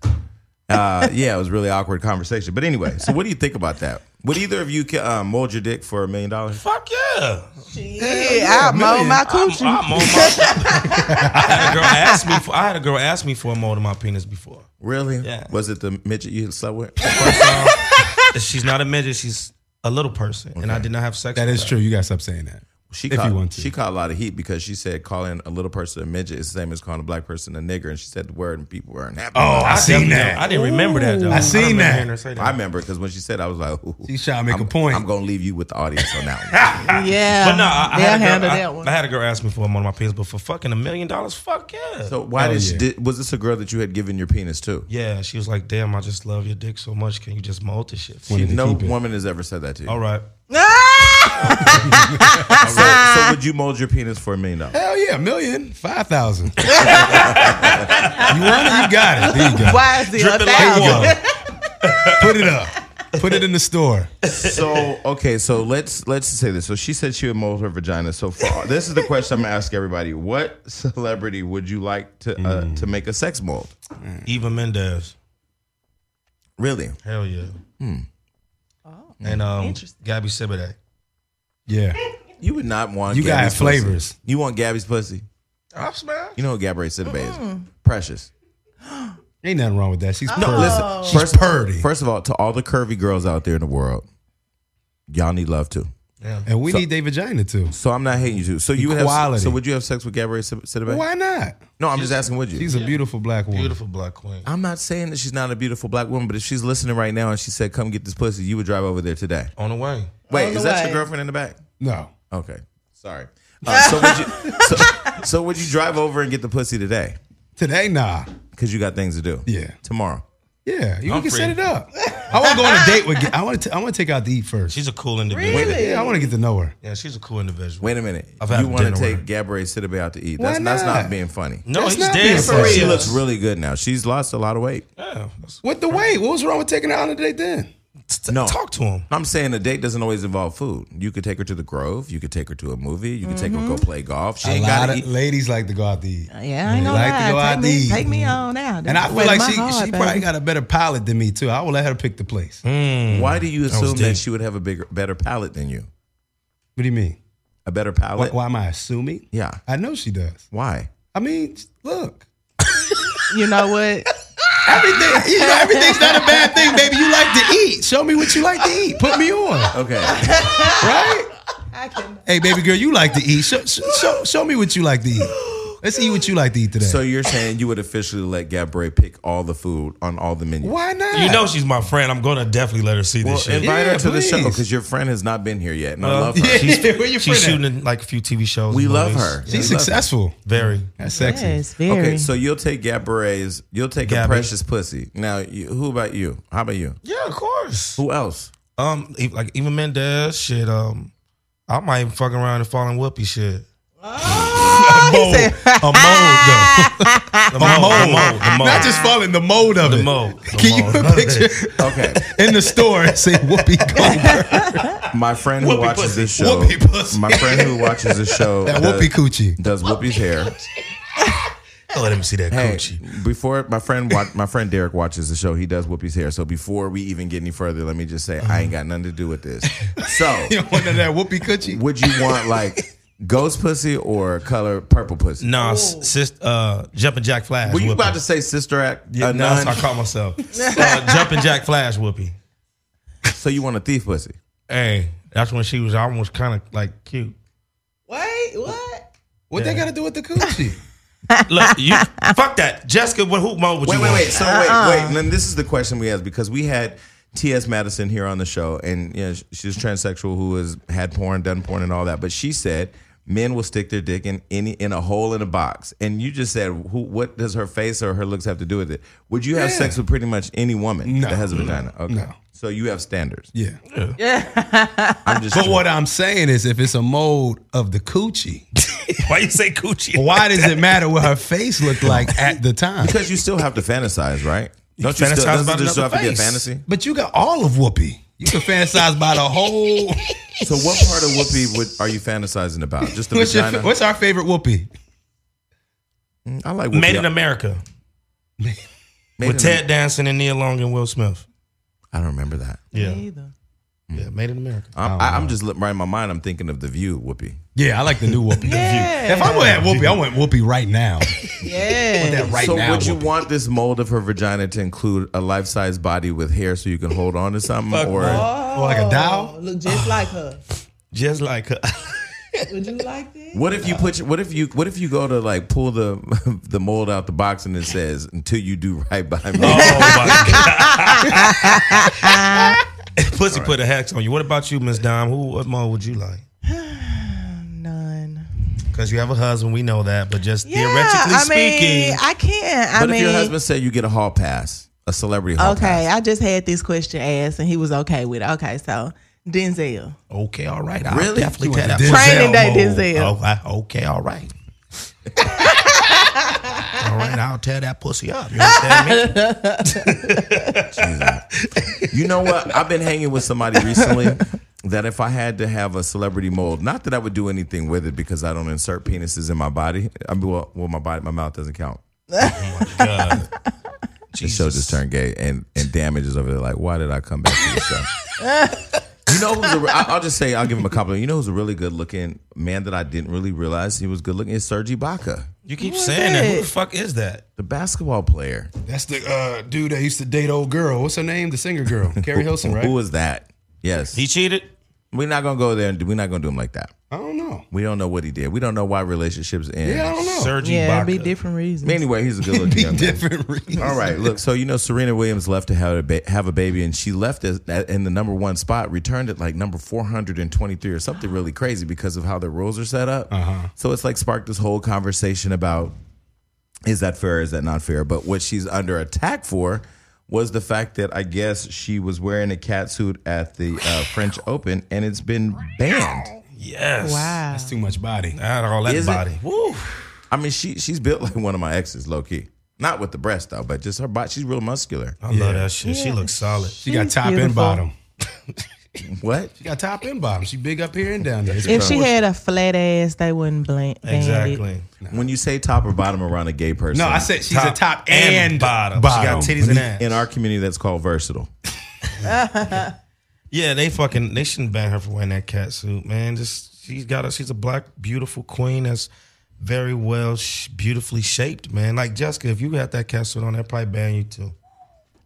Speaker 1: Uh, yeah, it was a really awkward conversation. But anyway, so what do you think about that? Would either of you ca- uh, mold your dick for a million dollars?
Speaker 3: Fuck yeah.
Speaker 4: Yeah, I mow my coochie.
Speaker 3: I'm on my. I had a girl ask me. For, I had a girl ask me for a mold of my penis before.
Speaker 1: Really?
Speaker 3: Yeah.
Speaker 1: Was it the midget you slept with?
Speaker 3: First off, she's not a midget. She's a little person, and I did not have sex.
Speaker 5: That
Speaker 3: with
Speaker 5: is
Speaker 3: her.
Speaker 5: true. You gotta stop saying that.
Speaker 1: She
Speaker 5: If you
Speaker 1: caught,
Speaker 5: want to.
Speaker 1: She caught a lot of heat because she said calling a little person a midget is the same as calling a black person a nigger, and she said the word, and people weren't happy. about it.
Speaker 5: I seen
Speaker 3: definitely- Oh, I didn't remember that though.
Speaker 5: I seen
Speaker 3: remember
Speaker 5: that.
Speaker 3: hearing her say that.
Speaker 1: I remember because when she said, it, I was like, ooh,
Speaker 5: She's trying to make
Speaker 1: I'm,
Speaker 5: a point.
Speaker 1: I'm gonna leave you with the audience on that
Speaker 4: Yeah,
Speaker 3: But no, I, I,
Speaker 4: they'll
Speaker 3: had a girl,
Speaker 4: handle
Speaker 3: I-
Speaker 4: that one.
Speaker 3: I had a girl ask me for a mold of my penis, but for fucking a million dollars, fuck yeah.
Speaker 1: one. So why
Speaker 5: Hell
Speaker 1: did, she,
Speaker 5: yeah.
Speaker 1: did was this a girl that you had given your penis to?
Speaker 3: yeah, she was like, "Damn, I just love your dick so much. Can you just mold this shit?" For me?
Speaker 5: Wanted to
Speaker 1: No
Speaker 5: keep it.
Speaker 1: woman has ever said that to you.
Speaker 3: All right.
Speaker 1: So, so would you mold your penis for a million dollars?
Speaker 5: Hell yeah, a million, five thousand. you want it, you got it. There you go.
Speaker 4: Why is it a thousand?
Speaker 5: Put it up. Put it in the store.
Speaker 1: So okay, so let's let's say this. So she said she would mold her vagina. So far, this is the question I'm gonna ask everybody: What celebrity would you like to uh,
Speaker 5: Mm.
Speaker 1: to make a sex mold?
Speaker 3: Eva Mendez.
Speaker 1: Really?
Speaker 3: Hell yeah.
Speaker 5: Hmm.
Speaker 3: And um,
Speaker 4: Oh, Interesting.
Speaker 3: Gabby Sibiday.
Speaker 5: Yeah.
Speaker 1: You would not want.
Speaker 5: You got
Speaker 1: Gabby's
Speaker 5: flavors.
Speaker 1: Pussy. You want Gabby's pussy?
Speaker 3: I'm smashed.
Speaker 1: You know what Gabby said is? Precious.
Speaker 5: Ain't nothing wrong with that. She's purdy.
Speaker 1: Listen,
Speaker 5: Oh. She's
Speaker 1: first,
Speaker 5: purdy.
Speaker 1: first of all, to all the curvy girls out there in the world, y'all need love too.
Speaker 3: Yeah.
Speaker 5: And we need their vagina too.
Speaker 1: So I'm not hating you too. So you would have.
Speaker 5: Equality.
Speaker 1: So would you have sex with Gabrielle Sidibe?
Speaker 5: Why not?
Speaker 1: No, I'm just asking. Would you?
Speaker 5: She's a beautiful black woman.
Speaker 3: Beautiful black queen.
Speaker 1: I'm not saying that she's not a beautiful black woman, but if she's listening right now and she said, "Come get this pussy," you would drive over there today.
Speaker 3: On the way.
Speaker 1: Wait,
Speaker 4: On
Speaker 1: is
Speaker 4: the
Speaker 1: that
Speaker 4: way.
Speaker 1: your girlfriend in the back?
Speaker 5: No.
Speaker 1: Okay, sorry. Uh, so would you? So, so would you drive over and get the pussy today?
Speaker 5: Today, nah.
Speaker 1: Because you got things to do.
Speaker 5: Yeah.
Speaker 1: Tomorrow.
Speaker 5: Yeah. You
Speaker 3: I'm
Speaker 5: can
Speaker 3: free.
Speaker 5: set it up. I want to go on a date with Ga- I want to I want to take her out to eat first.
Speaker 3: She's a cool individual.
Speaker 4: Really?
Speaker 5: yeah, I want to get to know her.
Speaker 3: Yeah, she's a cool individual.
Speaker 1: Wait a minute.
Speaker 3: I've had
Speaker 1: you want to
Speaker 3: dinner with
Speaker 1: take
Speaker 3: her.
Speaker 1: Gabrielle Sidibe out to eat?
Speaker 5: Why
Speaker 1: That's that's not
Speaker 5: not?
Speaker 1: being funny.
Speaker 3: No,
Speaker 5: That's
Speaker 3: he's
Speaker 5: not
Speaker 3: dead
Speaker 5: being
Speaker 3: serious.
Speaker 5: funny.
Speaker 1: She looks really good now. She's lost a lot of weight.
Speaker 3: Yeah, that's-
Speaker 5: What the wait? What was wrong with taking her out on a date then?
Speaker 1: No.
Speaker 3: Talk to him.
Speaker 1: I'm saying a date doesn't always involve food. You could take her to the Grove. You could take her to a movie. You could take her go
Speaker 5: Mm-hmm.
Speaker 1: play golf. She
Speaker 5: A
Speaker 1: ain't
Speaker 5: lot
Speaker 1: got
Speaker 5: of
Speaker 1: to eat.
Speaker 5: ladies like to go out to eat.
Speaker 4: Uh, Yeah, I ain't
Speaker 5: They
Speaker 4: gonna
Speaker 5: like to go
Speaker 4: lie. Take
Speaker 5: out to
Speaker 4: me,
Speaker 5: eat.
Speaker 4: take me on now.
Speaker 5: And I feel like she, she probably
Speaker 4: got.
Speaker 5: got a better palate than me too. I will let her pick the place.
Speaker 1: Why do you assume that
Speaker 3: Mm. deep.
Speaker 1: she would have a bigger, better palate than you?
Speaker 5: What do you mean?
Speaker 1: A better
Speaker 5: Why,
Speaker 1: palate?
Speaker 5: why am I assuming?
Speaker 1: Yeah.
Speaker 5: I know she does.
Speaker 1: Why?
Speaker 5: I mean, look.
Speaker 4: You know what?
Speaker 5: Everything, you know, everything's not a bad thing, baby. You like to eat. Show me what you like to eat. Put me on,
Speaker 1: Okay.
Speaker 5: right?
Speaker 4: I can.
Speaker 5: Hey, baby girl, you like to eat. Show, show, show me what you like to eat. Let's eat what you like to eat today.
Speaker 1: So you're saying you would officially let Gabrielle pick all the food on all the menus?
Speaker 5: why not?
Speaker 3: You know she's my friend. I'm gonna definitely let her see
Speaker 1: Well,
Speaker 3: this shit.
Speaker 1: invite her
Speaker 5: Yeah,
Speaker 1: to the show
Speaker 5: please.
Speaker 1: because your friend has not been here yet, and I
Speaker 3: Well,
Speaker 1: love her.
Speaker 5: yeah,
Speaker 3: She's,
Speaker 5: where your
Speaker 3: she's
Speaker 5: friend at?
Speaker 3: shooting in, like a few TV shows.
Speaker 1: We
Speaker 3: and
Speaker 1: love
Speaker 3: movies.
Speaker 1: her.
Speaker 5: she's
Speaker 1: We love her.
Speaker 5: successful.
Speaker 3: Very.
Speaker 5: That's sexy.
Speaker 4: Yes, very.
Speaker 1: Okay, so you'll take Gabrielle's, you'll take a
Speaker 3: Gabby.
Speaker 1: precious pussy. Now, you, who about you? How about you?
Speaker 3: Yeah, of course.
Speaker 1: Who else?
Speaker 3: Um, e- like even Mendez shit. Um, I might even fuck around and fall in whoopee shit.
Speaker 4: oh, he said,
Speaker 3: A mold, though. a mold, a mold, a mold.
Speaker 5: Ah. Not just falling the mold of
Speaker 3: the
Speaker 5: it.
Speaker 3: mold. the
Speaker 5: Can you
Speaker 3: mold.
Speaker 5: picture
Speaker 1: Okay,
Speaker 5: in the store and say Whoopi Goldberg?
Speaker 1: my friend who
Speaker 5: Whoopee
Speaker 1: watches
Speaker 5: pussy.
Speaker 1: this show,
Speaker 5: Whoopee pussy.
Speaker 1: my friend who watches this show,
Speaker 5: That
Speaker 1: does-
Speaker 5: Whoopi Coochie.
Speaker 1: does Whoopi's hair.
Speaker 3: Don't let him see that
Speaker 1: Hey,
Speaker 3: coochie.
Speaker 1: before my friend wa- my friend Derek watches the show, he does Whoopi's hair. So before we even get any further, let me just say I
Speaker 5: Uh-huh.
Speaker 1: ain't got nothing to do with this. So
Speaker 5: You know, under that Whoopi Coochie.
Speaker 1: would you want like ghost pussy or color purple pussy?
Speaker 3: Nah, sis, uh, jumping Jack Flash.
Speaker 1: Were you
Speaker 3: whoopee.
Speaker 1: about to say sister act?
Speaker 3: Yeah,
Speaker 1: uh,
Speaker 3: no, that's
Speaker 1: nun?
Speaker 3: how I caught myself. uh, jumping Jack Flash whoopee.
Speaker 1: so you want a thief pussy?
Speaker 3: Hey, that's when she was almost kind of like cute.
Speaker 4: "Wait, what?"
Speaker 5: What they got to do with the coochie?
Speaker 3: Look, you fuck that, Jessica. What who mode would
Speaker 1: Wait,
Speaker 3: you
Speaker 1: wait,
Speaker 3: want?
Speaker 1: wait. So wait, wait. And then this is the question we asked because we had T.S. Madison here on the show, and you know, sh- she's transsexual who has had porn, done porn, and all that. But she said men will stick their dick in any in a hole in a box. And you just said, who, what does her face or her looks have to do with it? Would you have
Speaker 5: Yeah.
Speaker 1: sex with pretty much any woman
Speaker 5: No,
Speaker 1: that has a vagina? Okay.
Speaker 5: no.
Speaker 1: So you have standards.
Speaker 5: Yeah.
Speaker 1: I'm just.
Speaker 5: But what I'm saying is, if it's a mold of the coochie,
Speaker 3: Why you say coochie?
Speaker 5: why does it matter what her face looked like at the time?
Speaker 1: because you still have to fantasize, right? Don't doesn't
Speaker 3: fantasize about
Speaker 1: there
Speaker 3: another
Speaker 1: have to be a
Speaker 3: face.
Speaker 1: fantasy?
Speaker 5: But you got all of Whoopi.
Speaker 2: You can fantasize about a whole.
Speaker 1: So what part of Whoopi would, are you fantasizing about? Just the
Speaker 2: What's, your,
Speaker 1: vagina. Mm,
Speaker 2: what's our favorite whoopee?
Speaker 1: I like Whoopi.
Speaker 3: Made in America
Speaker 1: Made
Speaker 3: with
Speaker 1: in Am-
Speaker 3: Ted Danson and Neil Long and Will Smith.
Speaker 1: I don't remember that.
Speaker 3: Yeah,
Speaker 4: Me either.
Speaker 3: yeah, Made in America.
Speaker 2: Oh,
Speaker 1: I'm, I, I'm just li- right in my mind. I'm thinking of the View Whoopi.
Speaker 2: Yeah, I like the new whoopee.
Speaker 4: Yeah.
Speaker 2: If I went at whoopee, I went whoopee right now.
Speaker 4: Yeah.
Speaker 2: That right
Speaker 1: so
Speaker 2: now.
Speaker 1: would you
Speaker 2: whoopee.
Speaker 1: want this mold of her vagina to include a life size body with hair so you can hold on to something, or
Speaker 2: Or like a doll?
Speaker 4: Oh, Look just like her.
Speaker 3: Just like her.
Speaker 4: Would you like that?
Speaker 1: what if you put? your- What if you? What if you go to like pull the the mold out the box and it says until you do right by me?
Speaker 3: Oh my god. Pussy put a hex on you. What about you, Miss Dom? Who what mode would you like?
Speaker 4: None.
Speaker 3: Because you have a husband, we know that, but just
Speaker 4: Yeah,
Speaker 3: theoretically
Speaker 4: I
Speaker 3: speaking,
Speaker 4: mean, I can't. I
Speaker 1: but
Speaker 4: mean,
Speaker 1: if your husband said you get a hall pass, a celebrity hall
Speaker 4: okay, I just had this question asked and he was okay with it. Okay, so Denzel.
Speaker 3: okay, all right. I'll
Speaker 1: Really?
Speaker 3: definitely
Speaker 1: You
Speaker 3: tear that
Speaker 2: want
Speaker 3: pussy
Speaker 4: Training
Speaker 3: out
Speaker 4: day
Speaker 3: mode.
Speaker 4: Denzel.
Speaker 3: Oh, I- okay, all right. all right, I'll tear that pussy up. You understand me?
Speaker 1: pass. You know what? I've been hanging with somebody recently that if I had to have a celebrity mold, not that I would do anything with it because I don't insert penises in my body. I mean, well, well my body, my mouth doesn't count.
Speaker 3: God.
Speaker 1: The show just turned gay, and and damage is over there. Like, why did I come back to the show? you know who's? A, I, I'll just say I'll give him a compliment. You know who's a really good looking man that I didn't really realize he was good looking is Serge Ibaka,
Speaker 3: You keep
Speaker 4: Who is
Speaker 3: saying that. Who
Speaker 4: it?
Speaker 3: the fuck is that?
Speaker 1: the basketball player.
Speaker 2: That's the uh, dude that used to date old girl. What's her name? The singer girl, Carrie Hilson, right?
Speaker 1: Who was that? Yes,
Speaker 3: He cheated?
Speaker 1: we're not gonna go there, and we're not gonna do him like that.
Speaker 2: I don't know.
Speaker 1: We don't know what he did. We don't know why relationships end.
Speaker 2: Yeah, I don't know.
Speaker 3: Sergi
Speaker 4: Yeah, it'd be
Speaker 3: Baca.
Speaker 4: different reasons.
Speaker 1: Anyway, he's a good looking young man.
Speaker 2: Different reason.
Speaker 1: All right, look. So you know, Serena Williams left to have a ba- have a baby, and she left it at- in the number one spot, returned it like number four hundred and twenty three or something really crazy because of how the rules are set up. So it's like sparked this whole conversation about is that fair? Is that not fair? But what she's under attack for was the fact that I guess she was wearing a cat suit at the uh, French Open, and it's been banned.
Speaker 3: Yes.
Speaker 4: Wow.
Speaker 2: That's too much body.
Speaker 3: Not all that
Speaker 1: Is it?
Speaker 3: body. Woo.
Speaker 1: I mean, she she's built like one of my exes, low key. Not with the breast though, but just her body. She's real muscular.
Speaker 3: I love that shit. She looks solid.
Speaker 2: She got
Speaker 4: She's
Speaker 2: top and
Speaker 4: beautiful.
Speaker 2: bottom.
Speaker 1: What?
Speaker 2: She got top and bottom. She big up here and down there.
Speaker 4: If she had a flat ass, they wouldn't blame. Exactly.
Speaker 3: Exactly.
Speaker 1: When you say top or bottom around a gay person,
Speaker 2: no, I said she's a top and,
Speaker 3: bottom. She got titties and ass.
Speaker 1: in our community that's called versatile.
Speaker 3: yeah, they fucking they shouldn't ban her for wearing that cat suit, man. Just she's got a she's a black beautiful queen that's very well sh- beautifully shaped, man. Like Jessica, if you had that cat suit on, they'd probably ban you too.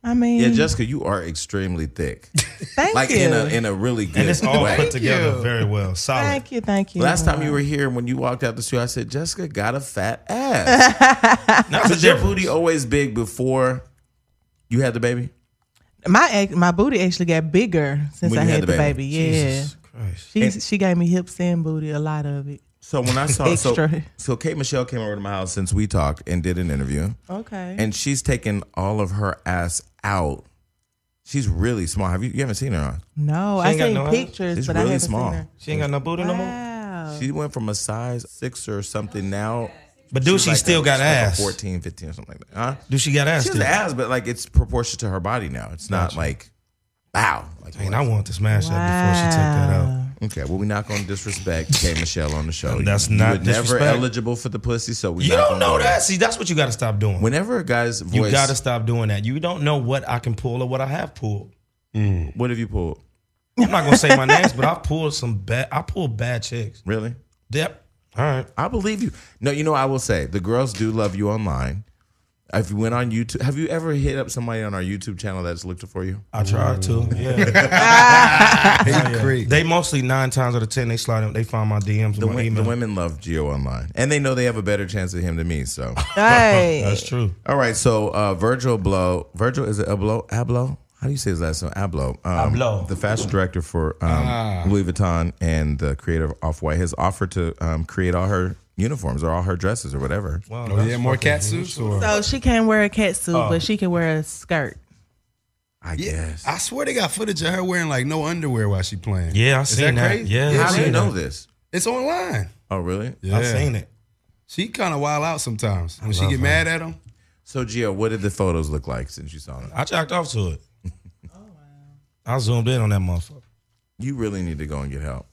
Speaker 4: I mean,
Speaker 1: Yeah, Jessica, you are extremely thick,
Speaker 4: thank
Speaker 1: like
Speaker 4: you.
Speaker 1: in a in a really good
Speaker 3: And it's all
Speaker 1: way.
Speaker 3: put together
Speaker 2: you.
Speaker 3: very well, solid.
Speaker 4: thank you, thank you.
Speaker 1: Last time you were here, when you walked out the street, I said Jessica got a fat ass.
Speaker 3: That's the
Speaker 1: Was your
Speaker 3: difference.
Speaker 1: booty always big before you had the baby?
Speaker 4: my ac- my booty actually got bigger since
Speaker 1: When
Speaker 4: I
Speaker 1: you
Speaker 4: had the baby. Yeah,
Speaker 3: Jesus Christ.
Speaker 4: she she gave me hips and booty, a lot of it.
Speaker 1: So when I saw so
Speaker 4: Extra.
Speaker 1: so Kate Michelle came over to my house since we talked and did an interview.
Speaker 4: Okay.
Speaker 1: and she's taken all of her ass out. She's really small. Have you? You haven't seen her on.
Speaker 4: no,
Speaker 3: She
Speaker 4: I
Speaker 3: ain't got
Speaker 4: seen
Speaker 3: no ass?
Speaker 4: pictures,
Speaker 1: She's
Speaker 4: but I
Speaker 1: really
Speaker 4: haven't
Speaker 1: small.
Speaker 4: seen her.
Speaker 3: She ain't got no booty no more.
Speaker 4: Wow.
Speaker 1: She went from a size six or something now.
Speaker 3: But do she
Speaker 1: like
Speaker 3: still
Speaker 1: a-
Speaker 3: got
Speaker 1: she's like a
Speaker 3: ass?
Speaker 1: 14, 15 or something like that. Huh?
Speaker 3: Do she got ass?
Speaker 1: She has
Speaker 3: still?
Speaker 1: ass, but like it's proportionate to her body now. It's not like, wow. Like,
Speaker 3: Man, I want to smash that before she took that out.
Speaker 1: okay, well, we're not going to disrespect K. Michelle on the show.
Speaker 3: That's
Speaker 1: you,
Speaker 3: not
Speaker 1: you were never
Speaker 3: disrespect.
Speaker 1: eligible for the pussy, so we
Speaker 3: You don't know that. See, that's what you got to stop doing.
Speaker 1: Whenever a guy's
Speaker 3: you
Speaker 1: voice,
Speaker 3: got to stop doing that. You don't know what I can pull or what I have pulled.
Speaker 1: what have you pulled?
Speaker 3: I'm not gonna say my names, but I pulled some bad. I pulled bad chicks.
Speaker 1: Really?
Speaker 3: Yep. All right.
Speaker 1: I believe you. No, you know, I will say the girls do love you online. If you went on YouTube, have you ever hit up somebody on our YouTube channel that's looked for you?
Speaker 3: I tried to. Yeah.
Speaker 2: Creek.
Speaker 3: they mostly nine times out of ten they slide them. They find my DMs.
Speaker 1: The,
Speaker 3: and my
Speaker 1: wo-
Speaker 3: email.
Speaker 1: the women love Geo online, and they know they have a better chance at him than me. So,
Speaker 4: Right.
Speaker 3: That's true.
Speaker 1: all right. So, uh, Virgil Blow, Virgil is it Ablo? Ablo? How do you say his last name? Ablo. Um,
Speaker 3: Abloh.
Speaker 1: the fashion director for um, Louis Vuitton and the creator of Off White, has offered to um, create all her uniforms or all her dresses or whatever.
Speaker 3: Wow,
Speaker 2: Oh,
Speaker 3: that's
Speaker 2: yeah, more
Speaker 3: fucking
Speaker 2: cat suits or
Speaker 4: So she can't wear a cat suit, but she can wear a skirt.
Speaker 1: I guess.
Speaker 2: I swear they got footage of her wearing like no underwear while she playing.
Speaker 3: Yeah, I
Speaker 2: Is
Speaker 3: seen that.
Speaker 2: crazy?
Speaker 3: Yeah, I
Speaker 1: How do you
Speaker 3: seen
Speaker 1: know this?
Speaker 2: It's online.
Speaker 1: Oh, really?
Speaker 3: weird. I've seen it.
Speaker 2: She kind of wild out sometimes when she get mad at him.
Speaker 1: So, Gio, what did the photos look like since you saw them?
Speaker 3: I jacked off to it. I zoomed in on that motherfucker.
Speaker 1: You really need to go and get help.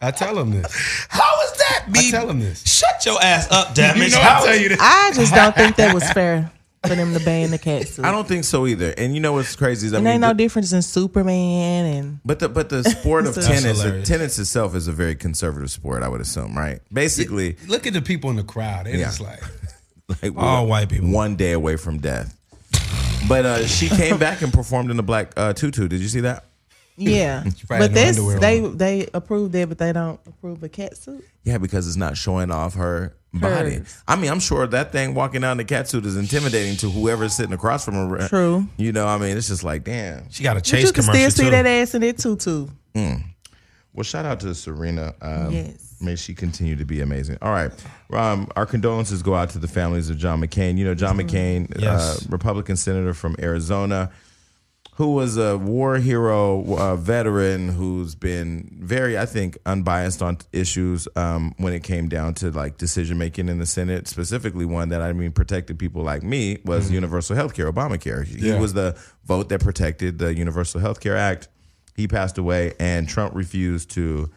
Speaker 3: I tell him this.
Speaker 2: How is that? Be
Speaker 3: I tell him this.
Speaker 2: Shut your ass up, damn it.
Speaker 3: You know
Speaker 2: How-
Speaker 3: I tell you this.
Speaker 4: I just don't think that was fair for them to ban the catsuit.
Speaker 1: I don't think so either. And you know what's crazy is I
Speaker 4: And
Speaker 1: mean,
Speaker 4: ain't no
Speaker 1: the-
Speaker 4: difference in Superman and
Speaker 1: but the but the sport of
Speaker 4: That's
Speaker 1: tennis, the
Speaker 3: hilarious.
Speaker 1: tennis itself is a very conservative sport. I would assume, right? Basically,
Speaker 5: Look at the people in the crowd. It's
Speaker 1: Yeah.
Speaker 5: just like
Speaker 1: like
Speaker 3: All
Speaker 5: Oh,
Speaker 1: we're
Speaker 3: white people.
Speaker 1: one day away from death. But uh, she came back and performed in a black uh, tutu. Did you see that?
Speaker 4: yeah.
Speaker 5: probably
Speaker 4: but
Speaker 5: had no
Speaker 4: this
Speaker 5: underwear
Speaker 4: they they approved that, but they don't approve a catsuit.
Speaker 1: Yeah, because it's not showing off her body.
Speaker 4: Hers.
Speaker 1: I mean, I'm sure that thing walking out in the cat suit is intimidating to whoever's sitting across from her.
Speaker 4: True.
Speaker 1: You know, I mean, it's just like, damn.
Speaker 3: She got a
Speaker 4: But
Speaker 3: chase
Speaker 4: you can
Speaker 3: commercial
Speaker 4: still see
Speaker 3: too.
Speaker 4: that ass in that tutu.
Speaker 1: Well, shout out to Serena. Um,
Speaker 4: Yes.
Speaker 1: May she continue to be amazing. All right. Um, our condolences go out to the families of John McCain. You know, John McCain,
Speaker 3: Yes.
Speaker 1: uh, Republican senator from Arizona, who was a war hero, uh, veteran, who's been very, I think, unbiased on issues um, when it came down to like decision making in the Senate, specifically one that I mean protected people like me was universal health care, Obamacare. He
Speaker 5: Yeah.
Speaker 1: was the vote that protected the Universal Health Care Act. He passed away, and Trump refused to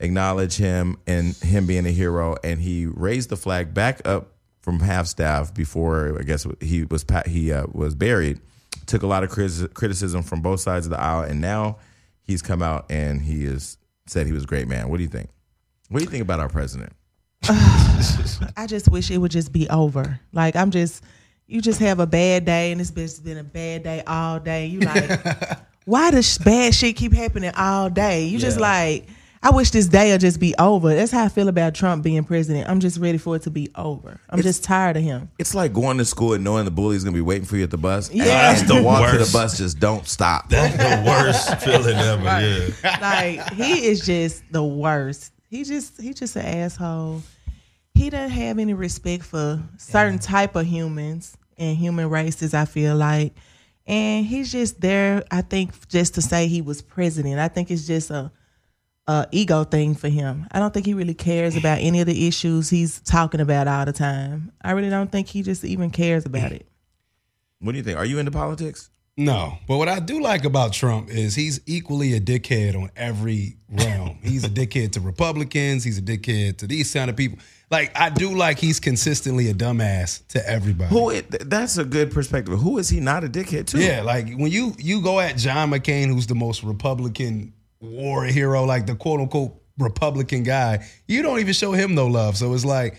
Speaker 1: acknowledge him and him being a hero, and he raised the flag back up from half staff before I guess he was pa- he uh, was buried. Took a lot of critis- criticism from both sides of the aisle, and now he's come out and he is said he was a great man. What do you think? What do you think about our president?
Speaker 4: I just wish it would just be over. Like I'm just, you just have a bad day, and this bitch has been a bad day all day. You like, why does sh- bad shit keep happening all day? You just like, I wish this day'll just be over. That's how I feel about Trump being president. I'm just ready for it to be over. I'm just tired of him.
Speaker 1: It's like going to school and knowing the bully's gonna be waiting for you at the bus. Yeah,
Speaker 4: That's
Speaker 1: the walk to the
Speaker 3: worst.
Speaker 1: bus just don't stop.
Speaker 3: That's the worst feeling ever. Yeah.
Speaker 4: like he is just the worst. He just he just an asshole. He doesn't have any respect for certain type of humans and human races. I feel like, and he's just there. I think just to say he was president. I think it's just a a ego thing for him. I don't think he really cares about any of the issues he's talking about all the time. I really don't think he just even cares about it.
Speaker 1: What do you think? Are you into politics?
Speaker 5: no. But what I do like about Trump is he's equally a dickhead on every realm. he's a dickhead to Republicans. He's a dickhead to these kind of people. Like I do like he's consistently a dumbass to everybody.
Speaker 1: Who? i- th- That's a good perspective. Who is he not a dickhead to?
Speaker 5: Yeah, like when you you go at John McCain, who's the most Republican war hero, like the quote unquote Republican guy, you don't even show him no love. So it's like,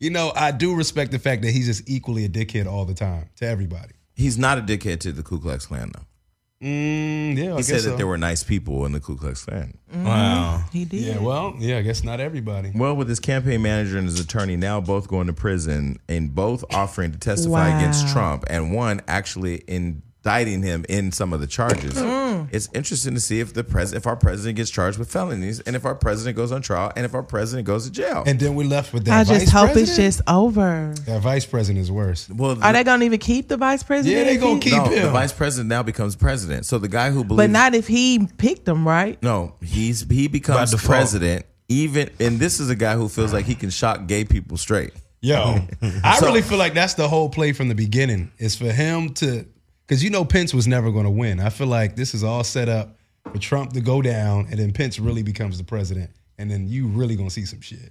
Speaker 5: you know, I do respect the fact that he's just equally a dickhead all the time to everybody.
Speaker 1: He's not a dickhead to the Ku Klux Klan though.
Speaker 5: Mm, yeah,
Speaker 1: He
Speaker 5: I guess
Speaker 1: said
Speaker 5: so.
Speaker 1: that there were nice people in the Ku Klux Klan.
Speaker 3: Wow.
Speaker 4: Mm-hmm. He did.
Speaker 5: Yeah, well, yeah, I guess not everybody.
Speaker 1: Well, with his campaign manager and his attorney now both going to prison and both offering to testify
Speaker 4: Wow.
Speaker 1: against Trump, and one actually indicting him in some of the charges.
Speaker 4: Mm.
Speaker 1: It's interesting to see if the pres if our president gets charged with felonies, and if our president goes on trial, and if our president goes to jail.
Speaker 5: And then we left with that.
Speaker 4: I
Speaker 5: vice
Speaker 4: just hope
Speaker 5: president.
Speaker 4: it's just over.
Speaker 5: that vice president is worse.
Speaker 1: well,
Speaker 4: Are they gonna even keep the vice president?
Speaker 5: Yeah, they
Speaker 4: if
Speaker 5: gonna
Speaker 4: he-
Speaker 5: keep
Speaker 1: no,
Speaker 5: him.
Speaker 1: the vice president now becomes president. So the guy who believes,
Speaker 4: But not if he picked them, right?
Speaker 1: no, he's he becomes
Speaker 3: default.
Speaker 1: president. Even and this is a guy who feels like he can shock gay people straight.
Speaker 5: Yo, I
Speaker 1: So-
Speaker 5: really feel like that's the whole play from the beginning. Is for him to, because you know Pence was never going to win. I feel like this is all set up for Trump to go down, and then Pence really becomes the president, and then you really going to see some shit.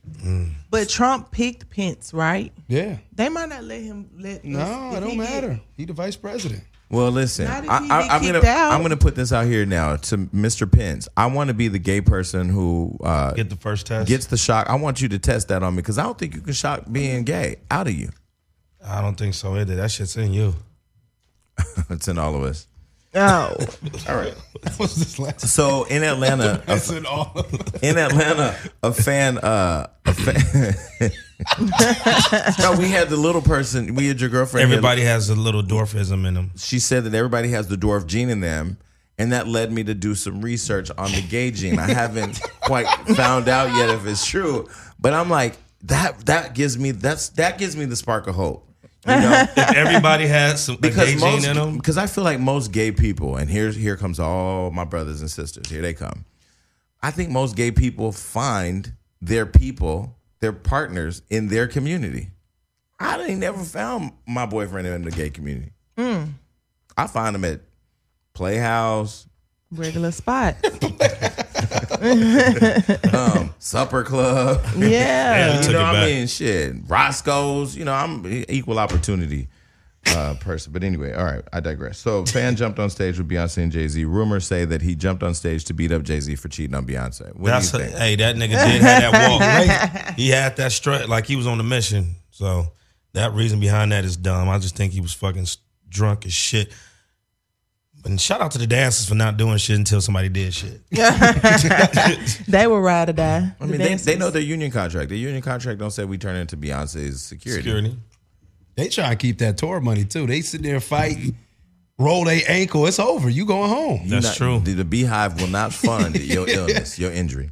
Speaker 4: But Trump picked Pence, right?
Speaker 5: Yeah.
Speaker 4: They might not let him let.
Speaker 5: No,
Speaker 4: us- if
Speaker 5: it
Speaker 4: he
Speaker 5: don't
Speaker 4: get-
Speaker 5: matter. He the vice president.
Speaker 1: Well, listen, I,
Speaker 4: Not if he get
Speaker 1: I, I'm
Speaker 4: kicked
Speaker 1: gonna
Speaker 4: out.
Speaker 1: I'm gonna put this out here now to Mr. Pence. I want to be the gay person who uh,
Speaker 3: Get the first test.
Speaker 1: gets the shock. I want you to test that on me because I don't think you can shock being gay out of you.
Speaker 3: I don't think so either. That shit's in you.
Speaker 1: it's in all of us.
Speaker 4: No.
Speaker 5: That was this last.
Speaker 1: So in Atlanta, a-
Speaker 5: That's in all of it.
Speaker 1: in Atlanta, a fan, uh, a fan. no, we had the little person. We had your girlfriend. here.
Speaker 3: Everybody has a little dwarfism in them.
Speaker 1: she said that everybody has the dwarf gene in them. And that led me to do some research on the gay gene. I haven't quite found out yet if it's true, but I'm like that. That gives me that's that gives me the spark of hope, you know.
Speaker 3: Everybody has some a gay
Speaker 1: Because
Speaker 3: gene in
Speaker 1: most,
Speaker 3: them.
Speaker 1: because I feel like most gay people, and here's here comes all my brothers and sisters. Here they come. I think most gay people find their people, their partners in their community. I ain't never found my boyfriend in the gay community. I find them at Playhouse,
Speaker 4: Regular spot.
Speaker 1: um, Supper Club.
Speaker 4: Yeah.
Speaker 1: you
Speaker 6: took
Speaker 1: know what
Speaker 6: it
Speaker 1: I
Speaker 6: back.
Speaker 1: mean? Shit. Roscoe's, you know, I'm an equal opportunity uh, person. But anyway, all right, I digress. So, fan jumped on stage with Beyonce and Jay Z. Rumors say that he jumped on stage to beat up Jay Z for cheating on Beyonce. What
Speaker 3: That's
Speaker 1: do you think?
Speaker 3: hey, that nigga did have that walk. Right? He had that strut like he was on a mission. So that reason behind that is dumb. I just think he was fucking s- drunk as shit. And shout out to the dancers for not doing shit until somebody did shit.
Speaker 4: They were ride or die.
Speaker 1: I mean, they, they know their union contract. Their union contract don't say we turn into Beyonce's security.
Speaker 3: Security.
Speaker 5: They try to keep that tour money too. They sit there fight, roll their ankle. It's over. You going home?
Speaker 3: That's
Speaker 1: Not-
Speaker 3: true.
Speaker 1: The, the beehive will not fund your illness, your injury.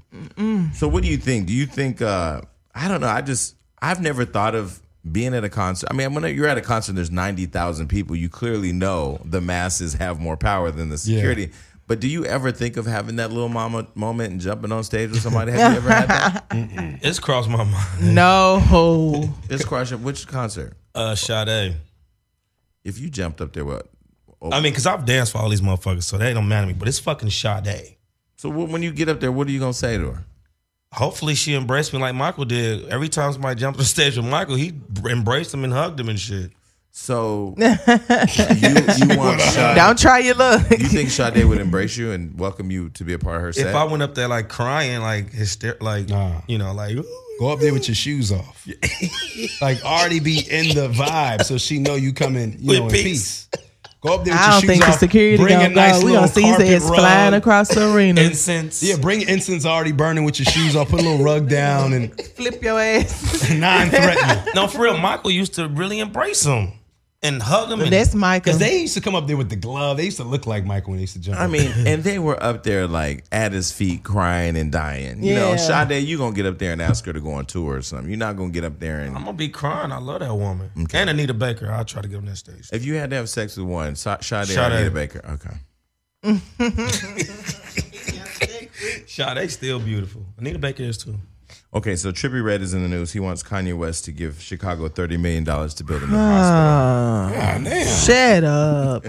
Speaker 1: So, what do you think? Do you think? Uh, I don't know. I just I've never thought of being at a concert. I mean, when you're at a concert, there's ninety thousand people. You clearly know the masses have more power than the security. But do you ever think of having that little mama moment and jumping on stage with somebody? Have you ever had that?
Speaker 3: It's crossed my mind.
Speaker 4: No.
Speaker 1: It's crushing. Which concert?
Speaker 3: Uh Sade.
Speaker 1: If you jumped up there, what?
Speaker 3: I mean, cause I've danced for all these motherfuckers, so they don't matter to me. But it's fucking Sade.
Speaker 1: So wh- when you get up there, what are you gonna say to her?
Speaker 3: Hopefully she embraced me like Michael did. Every time somebody jumped on stage with Michael, he embraced him and hugged him and shit.
Speaker 1: So you, you want Sade?
Speaker 4: Don't try your luck.
Speaker 1: You think Sade would embrace you and welcome you to be a part of her set?
Speaker 3: If I went up there like crying, like hyster, like
Speaker 5: Nah.
Speaker 3: you know, like "Ooh."
Speaker 5: Go up there with your shoes off. like already be in the vibe, so she know you coming. You
Speaker 3: With
Speaker 5: know, in
Speaker 3: peace.
Speaker 5: peace. Go up there. With
Speaker 4: I
Speaker 5: your
Speaker 4: don't
Speaker 5: shoes
Speaker 4: think the
Speaker 5: off.
Speaker 4: security
Speaker 5: Bring a
Speaker 4: gonna
Speaker 5: nice
Speaker 4: go. We
Speaker 5: little
Speaker 4: gonna see his
Speaker 5: carpet
Speaker 4: ass flying
Speaker 5: rug.
Speaker 4: across the arena.
Speaker 3: incense.
Speaker 5: Yeah, bring incense already burning with your shoes off. Put a little rug down and
Speaker 4: Flip your ass.
Speaker 5: non-threatening.
Speaker 3: No, for real, Michael used to really embrace him and hug him. and-
Speaker 4: That's Michael.
Speaker 5: Because they used to come up there with the glove. They used to look like Michael when they used to jump.
Speaker 1: I
Speaker 5: up.
Speaker 1: mean, and they were up there like at his feet crying and dying. You know,
Speaker 4: Yeah.
Speaker 1: Sade, you gonna get up there and ask her to go on tour or something. You're not gonna get up there
Speaker 3: I'm
Speaker 1: and
Speaker 3: gonna be crying. I love that woman and Anita Baker. I'll try to get on that stage.
Speaker 1: if you had to have sex with one, Sa- Sade,
Speaker 3: Sade.
Speaker 1: or Anita Baker. Okay.
Speaker 3: Sade still beautiful. Anita Baker is too.
Speaker 1: Okay, so Trippy Red is in the news. He wants Kanye West to give Chicago thirty million dollars to build a new hospital.
Speaker 4: Uh, shut up.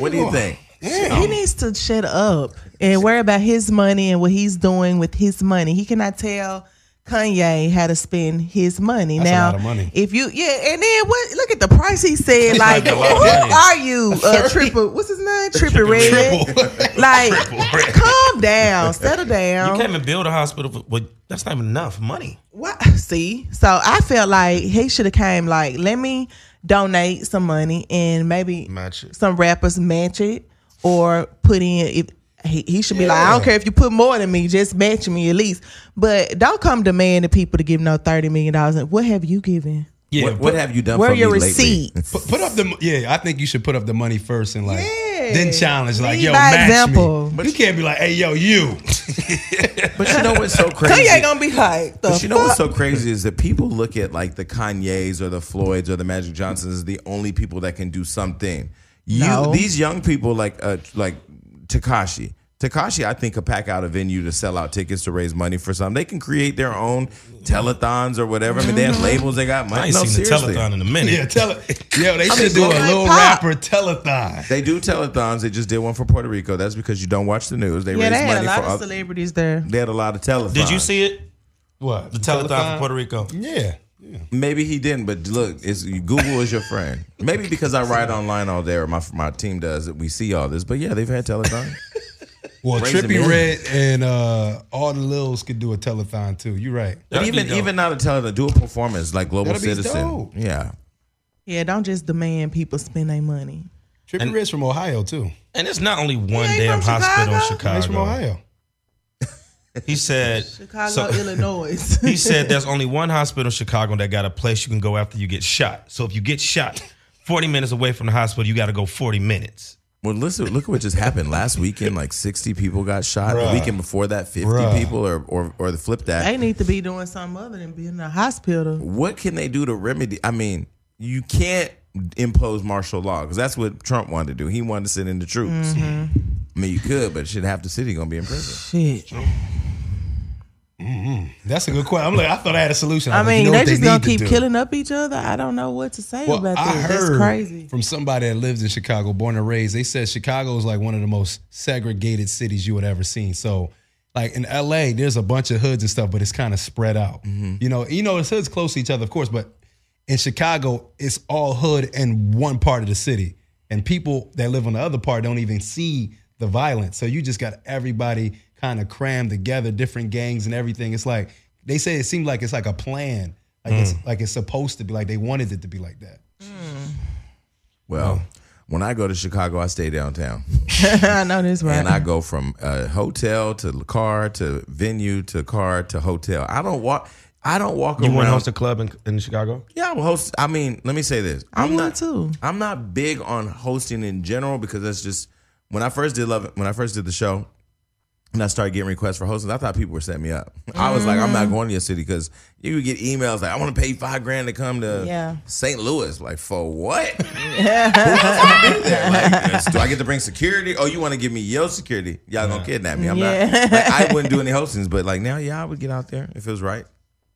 Speaker 1: What do you think?
Speaker 4: He needs to shut up and worry about his money and what he's doing with his money. He cannot tell Kanye how to spend his money.
Speaker 5: That's a
Speaker 4: now,
Speaker 5: lot of money.
Speaker 4: if you yeah, and then what? Look at the price he said. Like,
Speaker 3: like a
Speaker 4: who
Speaker 3: lot of money.
Speaker 4: are you? Uh, triple? What's his name? Triple Red. Like, calm down, settle
Speaker 3: You
Speaker 4: down.
Speaker 3: can't even build a hospital, for, but that's not even enough money.
Speaker 4: What? See, so I felt like he should have came. Like, let me donate some money and maybe
Speaker 3: Match it.
Speaker 4: some rappers match it or put in if he, he should be like, I don't care if you put more than me, just match me at least. But don't come demanding people to give no thirty million dollars. What have you given?
Speaker 5: yeah.
Speaker 1: what, what have you done
Speaker 4: Where
Speaker 1: for
Speaker 4: are your
Speaker 1: me lately?
Speaker 4: receipts?
Speaker 5: Put, put up the yeah. I think you should put up the money first and like
Speaker 4: Yeah.
Speaker 5: then challenge like
Speaker 4: Lead
Speaker 5: yo
Speaker 4: by
Speaker 5: match
Speaker 4: example.
Speaker 5: me. you can't be like hey yo you.
Speaker 1: But you know what's so crazy?
Speaker 4: Kanye gonna be like, the
Speaker 1: But you know
Speaker 4: fuck?
Speaker 1: what's so crazy is that people look at like the Kanyes or the Floyds or the Magic Johnsons as the only people that can do something. You
Speaker 4: No.
Speaker 1: these young people like uh, like Takashi. Takashi, I think, could pack out a venue to sell out tickets to raise money for something. They can create their own telethons or whatever. I mean, they
Speaker 4: Mm-hmm.
Speaker 1: have labels. They got
Speaker 3: I
Speaker 1: money.
Speaker 3: ain't
Speaker 1: No,
Speaker 3: seen
Speaker 1: seriously.
Speaker 3: the telethon in a minute.
Speaker 5: Yeah, tell it. Yo, they should do
Speaker 4: go
Speaker 5: a
Speaker 4: like
Speaker 5: little
Speaker 4: pop.
Speaker 5: rapper telethon.
Speaker 1: They do telethons. They just did one for Puerto Rico. That's because you don't watch the news. They
Speaker 4: yeah,
Speaker 1: raise
Speaker 4: they had a
Speaker 1: money
Speaker 4: lot
Speaker 1: for.
Speaker 4: of
Speaker 1: Other,
Speaker 4: celebrities there.
Speaker 1: they had a lot of telethons.
Speaker 3: Did you see it?
Speaker 5: What
Speaker 3: The telethon for Puerto Rico.
Speaker 5: Yeah, yeah.
Speaker 1: Maybe he didn't, but look, it's Google is your friend. Maybe because I ride online all day, or my my team does, that we see all this. But yeah, they've had telethon.
Speaker 5: Well,
Speaker 1: Raise them
Speaker 5: Trippy
Speaker 1: in.
Speaker 5: Red and uh, all the lils could do a telethon too. You're right.
Speaker 1: but
Speaker 3: That'd be
Speaker 1: even
Speaker 3: dope.
Speaker 1: even not a telethon, do a performance like Global
Speaker 5: That'd be
Speaker 1: Citizen.
Speaker 5: dope.
Speaker 1: Yeah,
Speaker 4: Yeah, don't just demand people spend their money.
Speaker 5: Trippy Red's from Ohio too.
Speaker 3: And it's not only one
Speaker 4: ain't
Speaker 3: damn
Speaker 4: from
Speaker 3: hospital in
Speaker 4: Chicago?
Speaker 5: He's from
Speaker 3: Chicago.
Speaker 5: Ohio.
Speaker 3: He said
Speaker 4: Chicago,
Speaker 3: so-
Speaker 4: Illinois.
Speaker 3: He said there's only one hospital in Chicago that got a place you can go after you get shot. So if you get shot 40 minutes away from the hospital, you got to go 40 minutes.
Speaker 1: Well, listen, look at what just happened last weekend. Like sixty people got shot.
Speaker 5: Bruh.
Speaker 1: The weekend before that, fifty
Speaker 5: Bruh.
Speaker 1: people, or or or the flip that.
Speaker 4: they need to be doing something other than being in a hospital.
Speaker 1: what can they do to remedy? I mean, you can't impose martial law because that's what Trump wanted to do. He wanted to send in the troops.
Speaker 5: Mm-hmm.
Speaker 1: I mean, you could, but shit, half the city gonna be in prison.
Speaker 4: Shit.
Speaker 5: That's a good question. I'm like, I thought I had a solution.
Speaker 4: I
Speaker 5: was like, you
Speaker 4: mean,
Speaker 5: know
Speaker 4: they
Speaker 5: what
Speaker 4: just
Speaker 5: need
Speaker 4: gonna
Speaker 5: to
Speaker 4: keep
Speaker 5: do?
Speaker 4: killing up each other. I don't know what to say
Speaker 5: Well,
Speaker 4: about
Speaker 5: I
Speaker 4: that.
Speaker 5: heard
Speaker 4: That's crazy.
Speaker 5: from somebody that lives in Chicago, born and raised. They said Chicago is like one of the most segregated cities you would ever seen. So, like in LA, there's a bunch of hoods and stuff, but it's kind of spread out. You know, you know, it's hoods close to each other, of course, but in Chicago, it's all hood in one part of the city, and people that live on the other part don't even see the violence. So you just got everybody kind of crammed together, different gangs and everything. It's like they say it seemed like it's like a plan. Like it's like it's supposed to be like they wanted it to be like that.
Speaker 3: Mm.
Speaker 1: Well, when I go to Chicago, I stay downtown.
Speaker 4: I know this right.
Speaker 1: and I go from uh, hotel to car to venue to car to hotel. I don't walk. I don't walk
Speaker 3: You want to
Speaker 1: around.
Speaker 3: host a club in, in Chicago?
Speaker 1: yeah, I will host. I mean, let me say this.
Speaker 4: I
Speaker 1: I'm
Speaker 4: would
Speaker 1: not
Speaker 4: too.
Speaker 1: I'm not big on hosting in general because that's just when I first did love. When I first did the show, and I started getting requests for hosting, I thought people were setting me up. I was like, I'm
Speaker 4: Mm.
Speaker 1: not going to your city because you would get emails like, I want to pay five grand to come to
Speaker 4: Yeah.
Speaker 1: St. Else. Like for what? I'll be there. Like, it's- do I get to bring security? Oh, you want to give me your security? Y'all gonna kidnap me? I'm
Speaker 4: Yeah.
Speaker 1: not. Like, I wouldn't do any hostings, but like now, yeah, I would get out there if it was right.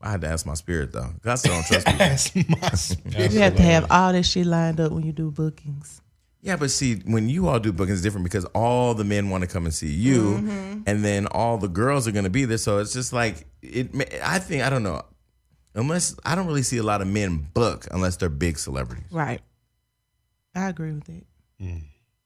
Speaker 1: I had to ask my spirit though. 'cause I still don't trust people.
Speaker 5: That's my spirit.
Speaker 4: you have to have all this shit lined up when you do bookings.
Speaker 1: Yeah, but see, when you all do bookings, it's different because all the men want to come and see you,
Speaker 4: Mm-hmm.
Speaker 1: and then all the girls are going to be there. So it's just like it. ma- I think I don't know. Unless I don't really see a lot of men book unless they're big celebrities.
Speaker 4: Right. I agree with it.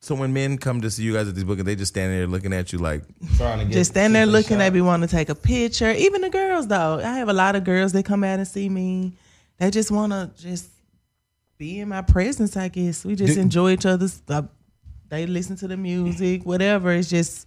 Speaker 1: So when men come to see you guys at these bookings, they just standing there looking at you like,
Speaker 3: Trying to get
Speaker 4: Just stand there looking, they be wanting to take a picture. Even the girls though. I have a lot of girls that come out and see me. They just wanna just be in my presence, I guess. We just enjoy each other's uh, they listen to the music, whatever. It's just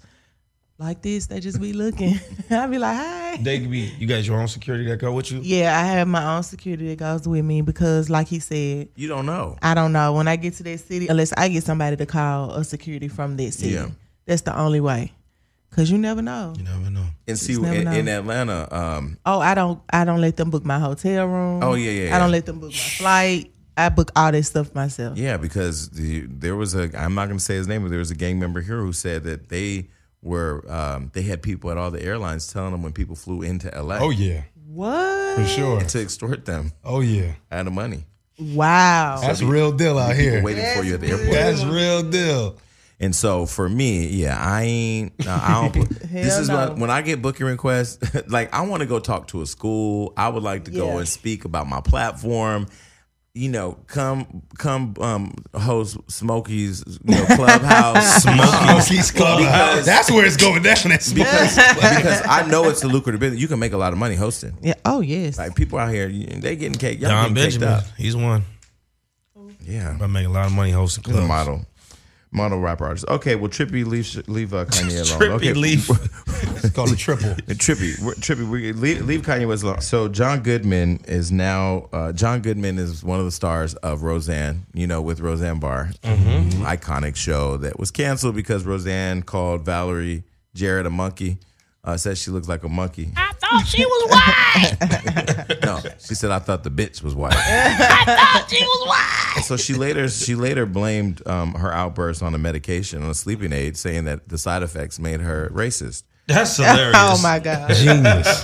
Speaker 4: like this, they just be looking. I be like, hi.
Speaker 3: They could be. You got your own security that go with you.
Speaker 4: Yeah, I have my own security that goes with me because, like he said,
Speaker 1: you don't know.
Speaker 4: I don't know when I get to that city unless I get somebody to call a security from that city.
Speaker 1: Yeah.
Speaker 4: That's the only way, cause you never know.
Speaker 3: You never know.
Speaker 1: And see,
Speaker 4: never
Speaker 1: in,
Speaker 4: know.
Speaker 1: in Atlanta, um,
Speaker 4: Oh, I don't. I don't let them book my hotel room.
Speaker 1: Oh, yeah, yeah,
Speaker 4: I don't
Speaker 1: yeah.
Speaker 4: let them book my flight. I book all this stuff myself.
Speaker 1: yeah, because the, there was a. I'm not going to say his name, but there was a gang member here who said that they were um, they had people at all the airlines telling them when people flew into LA
Speaker 5: Oh yeah,
Speaker 4: What?
Speaker 5: for sure.
Speaker 1: to extort them.
Speaker 5: Oh yeah,
Speaker 1: out of money.
Speaker 4: Wow.
Speaker 5: that's real deal out
Speaker 1: People
Speaker 5: here.
Speaker 1: waiting for you at the airport.
Speaker 5: That's real deal.
Speaker 1: And so for me, yeah, I ain't. No, I don't. this
Speaker 4: Hell
Speaker 1: is
Speaker 4: no.
Speaker 1: when, when I get booking requests. like I want to go talk to a school. I would like to go
Speaker 4: Yeah.
Speaker 1: and speak about my platform. You know, come come um, host Smokey's you know, clubhouse.
Speaker 5: Smokey's Clubhouse. That's where it's going down. That's
Speaker 1: because, because I know it's a lucrative business. You can make a lot of money hosting.
Speaker 4: yeah. Oh yes.
Speaker 1: Like people out here, you- they getting cake. Y'all
Speaker 3: Don
Speaker 1: getting caked
Speaker 3: Benjamin,
Speaker 1: up.
Speaker 3: he's one.
Speaker 1: Yeah,
Speaker 3: I make a lot of money hosting
Speaker 1: the
Speaker 3: clubs.
Speaker 1: model. Model rap artist. Okay, well, Trippy leave leave uh, Kanye alone.
Speaker 3: Trippie
Speaker 1: okay,
Speaker 3: leave.
Speaker 5: called a triple.
Speaker 1: And Trippy, we're- Trippy, we leave, leave Kanye West alone. So John Goodman is now uh, John Goodman is one of the stars of Roseanne. You know, with Roseanne Barr, iconic show that was canceled because Roseanne called Valerie Jarrett a monkey. Uh, says she looks like a monkey.
Speaker 6: I thought she was white.
Speaker 1: No, she said I thought the bitch was white.
Speaker 6: thought she was white.
Speaker 1: so she later she later blamed um, her outburst on a medication on a sleeping aid, saying that the side effects made her racist.
Speaker 3: That's hilarious.
Speaker 4: Oh my god.
Speaker 5: Genius.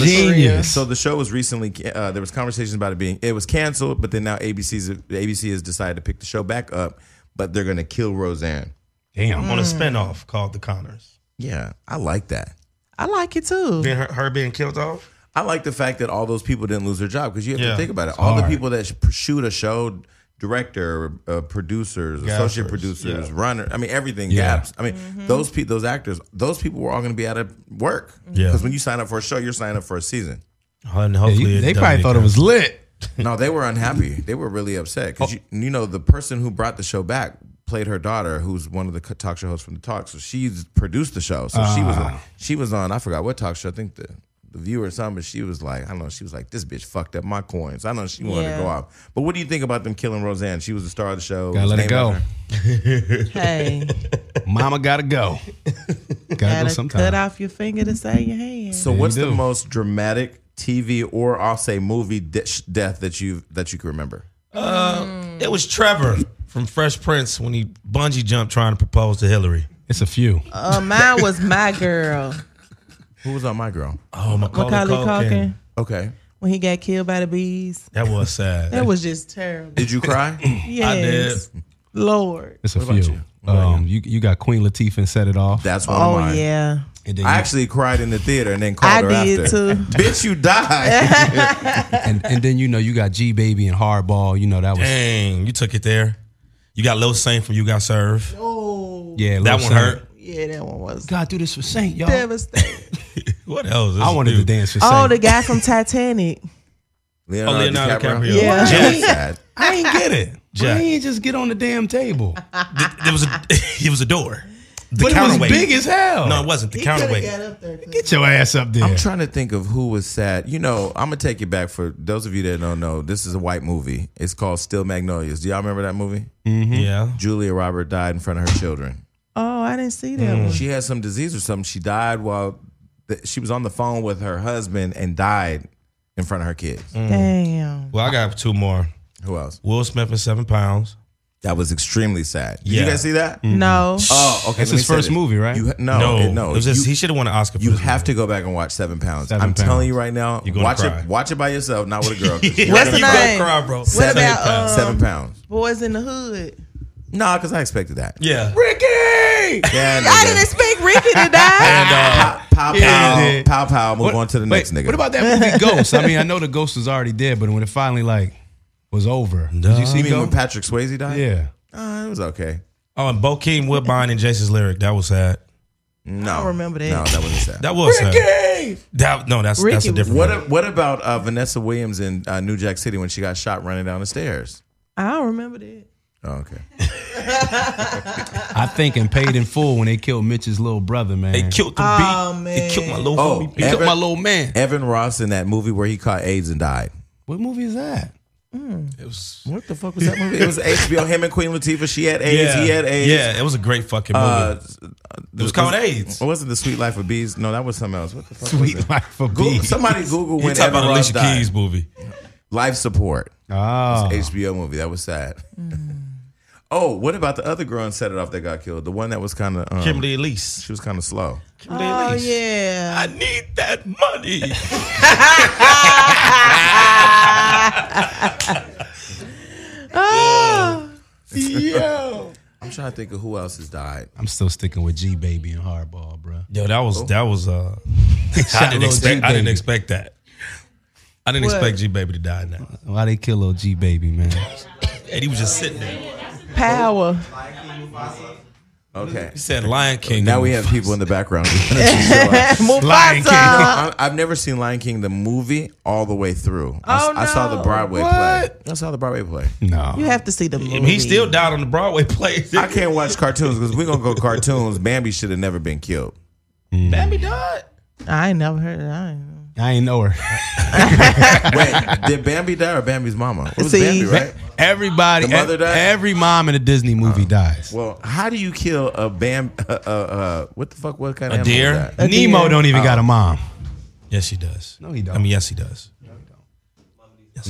Speaker 5: Genius.
Speaker 1: So the show was recently uh, there was conversations about it being it was canceled, but then now ABC's ABC has decided to pick the show back up, but they're gonna kill Roseanne.
Speaker 3: Damn, on a
Speaker 4: Mm.
Speaker 3: spinoff called The Connors.
Speaker 1: Yeah, I like that.
Speaker 4: I like it too.
Speaker 3: Being her, her being killed off.
Speaker 1: I like the fact that all those people didn't lose their job because you have to
Speaker 3: Yeah,
Speaker 1: think about it. All the people that sh- shoot a show, director, uh, producers, associate
Speaker 3: Gaffers,
Speaker 1: producers,
Speaker 3: yeah.
Speaker 1: runner, I mean everything.
Speaker 5: Yeah.
Speaker 1: Gaps. I mean those pe- those actors, those people were all going to be out of work.
Speaker 3: Yeah.
Speaker 1: Because when you sign up for a show, you're signing up for a season.
Speaker 3: And hopefully
Speaker 5: They probably thought it was lit.
Speaker 1: No, they were unhappy. They were really upset
Speaker 5: Oh.
Speaker 1: because you, you know the person who brought the show back played her daughter, who's one of the co- talk show hosts from the talk. So she's produced the show. So she was
Speaker 5: Ah.
Speaker 1: on, she was on. I forgot what talk show. I think the the viewer or something. But she was like, I don't know. She was like, this bitch fucked up my coins. I know she wanted
Speaker 4: Yeah.
Speaker 1: to go off. But what do you think about them killing Roseanne? She was the star of the show.
Speaker 5: Gotta
Speaker 1: was
Speaker 5: let it
Speaker 1: named
Speaker 5: go.
Speaker 1: after her.
Speaker 4: Hey,
Speaker 5: Mama gotta go. Gotta go
Speaker 4: gotta cut
Speaker 5: sometime.
Speaker 4: off your finger to save your hand.
Speaker 1: So what's
Speaker 5: you
Speaker 1: the
Speaker 5: do.
Speaker 1: most dramatic TV or I'll say movie de- death that you that you can remember?
Speaker 3: It was Trevor from Fresh Prince when he
Speaker 5: Uh,
Speaker 3: bungee jumped trying to propose to Hillary.
Speaker 5: It's a few.
Speaker 4: Uh, mine was my girl.
Speaker 1: Who was on my girl?
Speaker 3: Oh, Macaulay,
Speaker 4: Macaulay
Speaker 3: Culkin.
Speaker 4: Culkin
Speaker 1: Okay.
Speaker 4: when he got killed by the bees.
Speaker 3: That was sad.
Speaker 4: That was just terrible.
Speaker 1: Did you cry?
Speaker 4: Yes. Lord.
Speaker 5: It's a few. Um, you you got Queen Latifah and set it off.
Speaker 1: That's one of
Speaker 4: Oh
Speaker 1: mine.
Speaker 4: yeah.
Speaker 5: and then
Speaker 1: I
Speaker 5: you,
Speaker 1: actually cried in the theater and then called
Speaker 4: I
Speaker 1: her
Speaker 4: did
Speaker 1: after.
Speaker 4: too.
Speaker 1: Bitch, you died.
Speaker 5: and, and then you know you got G Baby and Hardball. You know that was
Speaker 3: Dang, you took it there. You got Lil Saint from You Got Served.
Speaker 4: Oh
Speaker 5: yeah. Lil
Speaker 3: that one
Speaker 5: Saint.
Speaker 3: hurt.
Speaker 4: yeah, that one was
Speaker 5: God, do this for Saint, y'all.
Speaker 4: devastating.
Speaker 3: What else?
Speaker 5: I wanted to dance for Saint.
Speaker 4: oh, the guy from Titanic.
Speaker 1: Leonardo,
Speaker 3: Leonardo DiCaprio.
Speaker 4: Yeah.
Speaker 1: That's sad.
Speaker 5: I ain't get it.
Speaker 3: Jack.
Speaker 5: I ain't just get on the damn table.
Speaker 3: Th- there was a it was a door. The
Speaker 5: but it was
Speaker 3: counterweight.
Speaker 5: big as hell.
Speaker 3: no, it wasn't the counterweight.
Speaker 4: up there.
Speaker 5: get your ass up there.
Speaker 1: I'm trying to think of who was sad. You know, I'm gonna take you back for those of you that don't know. This is a white movie. It's called Still Magnolias. Do y'all remember that movie?
Speaker 3: Mm-hmm. Yeah.
Speaker 1: Julia Robert died in front of her children.
Speaker 4: Oh, I didn't see that one.
Speaker 1: She had some disease or something. She died while th- she was on the phone with her husband and died in front of her kids.
Speaker 4: Damn.
Speaker 3: Well, I got two more.
Speaker 1: Who else?
Speaker 3: Will Smith and Seven Pounds.
Speaker 1: That was extremely sad. Did
Speaker 3: Yeah.
Speaker 1: you guys see that?
Speaker 4: No. Uh,
Speaker 1: Oh, okay. let
Speaker 5: That's
Speaker 1: me
Speaker 5: his
Speaker 1: say
Speaker 5: first
Speaker 1: this.
Speaker 5: movie, right?
Speaker 1: You ha- no,
Speaker 3: no,
Speaker 1: it- no.
Speaker 3: It was just,
Speaker 1: you,
Speaker 3: he should have won an Oscar. For
Speaker 1: you
Speaker 3: this
Speaker 1: have to go back and watch Seven Pounds.
Speaker 5: Seven
Speaker 1: I'm
Speaker 5: Pounds.
Speaker 1: telling you right now.
Speaker 3: You're gonna
Speaker 1: watch
Speaker 3: cry.
Speaker 1: it. Watch it by yourself, not with a girl. 'cause you're
Speaker 4: What's
Speaker 1: gonna
Speaker 4: the
Speaker 1: cry.
Speaker 4: name?
Speaker 3: Cry, bro.
Speaker 4: What about
Speaker 1: Seven
Speaker 4: um,
Speaker 1: Seven pounds.
Speaker 4: Boys in the Hood?
Speaker 1: No, because I expected that.
Speaker 3: Yeah.
Speaker 5: Ricky.
Speaker 1: Yeah,
Speaker 4: I
Speaker 1: nigga.
Speaker 4: didn't expect Ricky to die.
Speaker 1: Pow, pow,
Speaker 5: Yeah, you
Speaker 1: pow,
Speaker 5: did.
Speaker 1: pow, pow. Move
Speaker 5: What-
Speaker 1: on to the
Speaker 5: wait,
Speaker 1: next nigga.
Speaker 5: What about that movie Ghost? I mean, I know the Ghost was already dead, but when it finally like was over, did you see
Speaker 1: you mean when
Speaker 5: Ghost?
Speaker 1: Patrick Swayze died?
Speaker 5: yeah.
Speaker 1: Uh, it was okay.
Speaker 3: Oh, and Bokeem Woodbine and Jason's lyric. That was sad.
Speaker 1: No, I
Speaker 4: don't remember that.
Speaker 1: No, that wasn't sad.
Speaker 3: That was sad.
Speaker 5: Hey,
Speaker 3: That no, that's that's a
Speaker 4: Ricky was-
Speaker 3: different.
Speaker 1: what
Speaker 3: one.
Speaker 1: a- What about uh, Vanessa Williams in uh, New Jack City when she got shot running down the stairs?
Speaker 4: I don't remember that.
Speaker 1: Oh, okay.
Speaker 5: I think and paid in full when they killed Mitch's little brother, man.
Speaker 3: They killed the
Speaker 4: Oh,
Speaker 3: beat.
Speaker 4: man.
Speaker 3: They killed my little
Speaker 1: Oh,
Speaker 3: homie.
Speaker 5: They killed
Speaker 1: Evan-
Speaker 5: my little man.
Speaker 1: Evan Ross in that movie where he caught AIDS and died.
Speaker 5: What movie is that?
Speaker 3: It was,
Speaker 1: What the fuck was that movie? it was HBO. Him and Queen Latifah. She had AIDS. He had AIDS.
Speaker 3: Yeah, it was a great fucking movie.
Speaker 1: Uh,
Speaker 3: it was called AIDS.
Speaker 1: It wasn't the Sweet Life of Bees. No, that was something else. What the fuck? was it?
Speaker 5: Sweet Life of
Speaker 1: Google,
Speaker 5: Bee.
Speaker 1: somebody Google
Speaker 3: You
Speaker 1: when
Speaker 3: talking
Speaker 1: Evan
Speaker 3: about
Speaker 1: Ross
Speaker 3: Alicia
Speaker 1: died.
Speaker 3: Keys Ah. movie?
Speaker 1: Life support.
Speaker 5: Oh,
Speaker 1: HBO movie. That was sad. oh, what about the other girl and set it off that got killed? The one that was kind of um,
Speaker 3: Kimberly Elise.
Speaker 1: She was kind of slow.
Speaker 3: Kimberly
Speaker 4: Oh
Speaker 3: Elise.
Speaker 4: yeah.
Speaker 3: I need that money.
Speaker 4: Oh.
Speaker 1: I'm trying to think of who else has died.
Speaker 5: I'm still sticking with G Baby and Hardball, bro.
Speaker 3: Yo, that
Speaker 1: Oh.
Speaker 3: was that was uh I
Speaker 5: Shout
Speaker 3: didn't
Speaker 5: out
Speaker 3: expect I
Speaker 5: G-Baby.
Speaker 3: didn't expect that. I didn't
Speaker 4: What?
Speaker 3: expect G Baby to die now.
Speaker 5: Why they kill little G Baby, man?
Speaker 3: And he was just sitting there.
Speaker 4: Power.
Speaker 1: Okay.
Speaker 3: He said Lion King.
Speaker 1: Now we have people in the background. I,
Speaker 4: Mufasa.
Speaker 1: I've never seen Lion King the movie all the way through. I, s-
Speaker 4: Oh,
Speaker 1: I saw
Speaker 4: no.
Speaker 1: the Broadway
Speaker 3: What?
Speaker 1: play. I saw the Broadway play.
Speaker 4: You
Speaker 5: No,
Speaker 4: have to see the
Speaker 3: I
Speaker 4: movie.
Speaker 3: mean, he still died on the Broadway play.
Speaker 1: I can't watch cartoons because we're gonna go cartoons. Bambi should have never been killed.
Speaker 3: Bambi died.
Speaker 4: I ain't never heard of that. I ain't know.
Speaker 5: I ain't know her.
Speaker 1: Wait, did Bambi die or Bambi's mama? It was
Speaker 4: See?
Speaker 1: Bambi, right?
Speaker 5: Everybody,
Speaker 1: The mother died? Uh.
Speaker 5: every mom in a Disney movie dies.
Speaker 1: Well, how do you kill a bam? Uh, uh, uh, what the fuck? What kind of
Speaker 3: A
Speaker 1: animal
Speaker 3: deer?
Speaker 1: Is that?
Speaker 4: A
Speaker 5: Nemo
Speaker 4: deer.
Speaker 5: don't even got a mom.
Speaker 3: Yes, he does.
Speaker 5: No, he don't.
Speaker 3: I mean, yes, he does.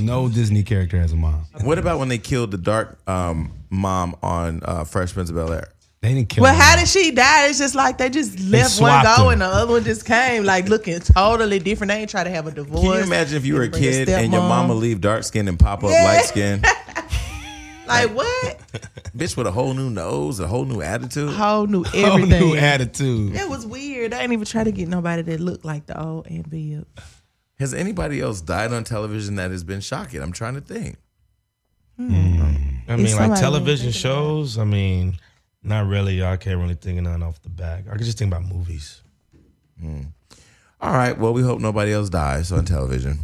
Speaker 5: No Disney character has a mom.
Speaker 1: What about when they killed the dark um, mom on uh, Fresh Prince of Bel Air?
Speaker 5: They didn't kill.
Speaker 4: Well,
Speaker 5: her.
Speaker 4: how did she die? It's just like they just left one
Speaker 5: swapped
Speaker 4: go
Speaker 5: her.
Speaker 4: and the other one just came, like looking totally different. They ain't try to have a divorce.
Speaker 1: Can you imagine if you were a
Speaker 4: Bring your
Speaker 1: kid and your
Speaker 4: stepmom.
Speaker 1: mama leave dark skin and pop up
Speaker 4: Yeah.
Speaker 1: light skin?
Speaker 4: Like what?
Speaker 1: Bitch with a whole new nose, a whole new attitude.
Speaker 4: Whole new
Speaker 5: Whole
Speaker 4: everything.
Speaker 5: new attitude.
Speaker 4: It was weird. I didn't even try to get nobody that looked like the old Aunt Bill.
Speaker 1: Has anybody else died on television that has been shocking? I'm trying to think.
Speaker 3: I mean,
Speaker 4: somebody
Speaker 3: like
Speaker 4: didn't
Speaker 3: television
Speaker 4: think about
Speaker 3: shows. I mean, not really. I can't really think of nothing off the back. I can just think about movies.
Speaker 1: All right, well, we hope nobody else dies on television.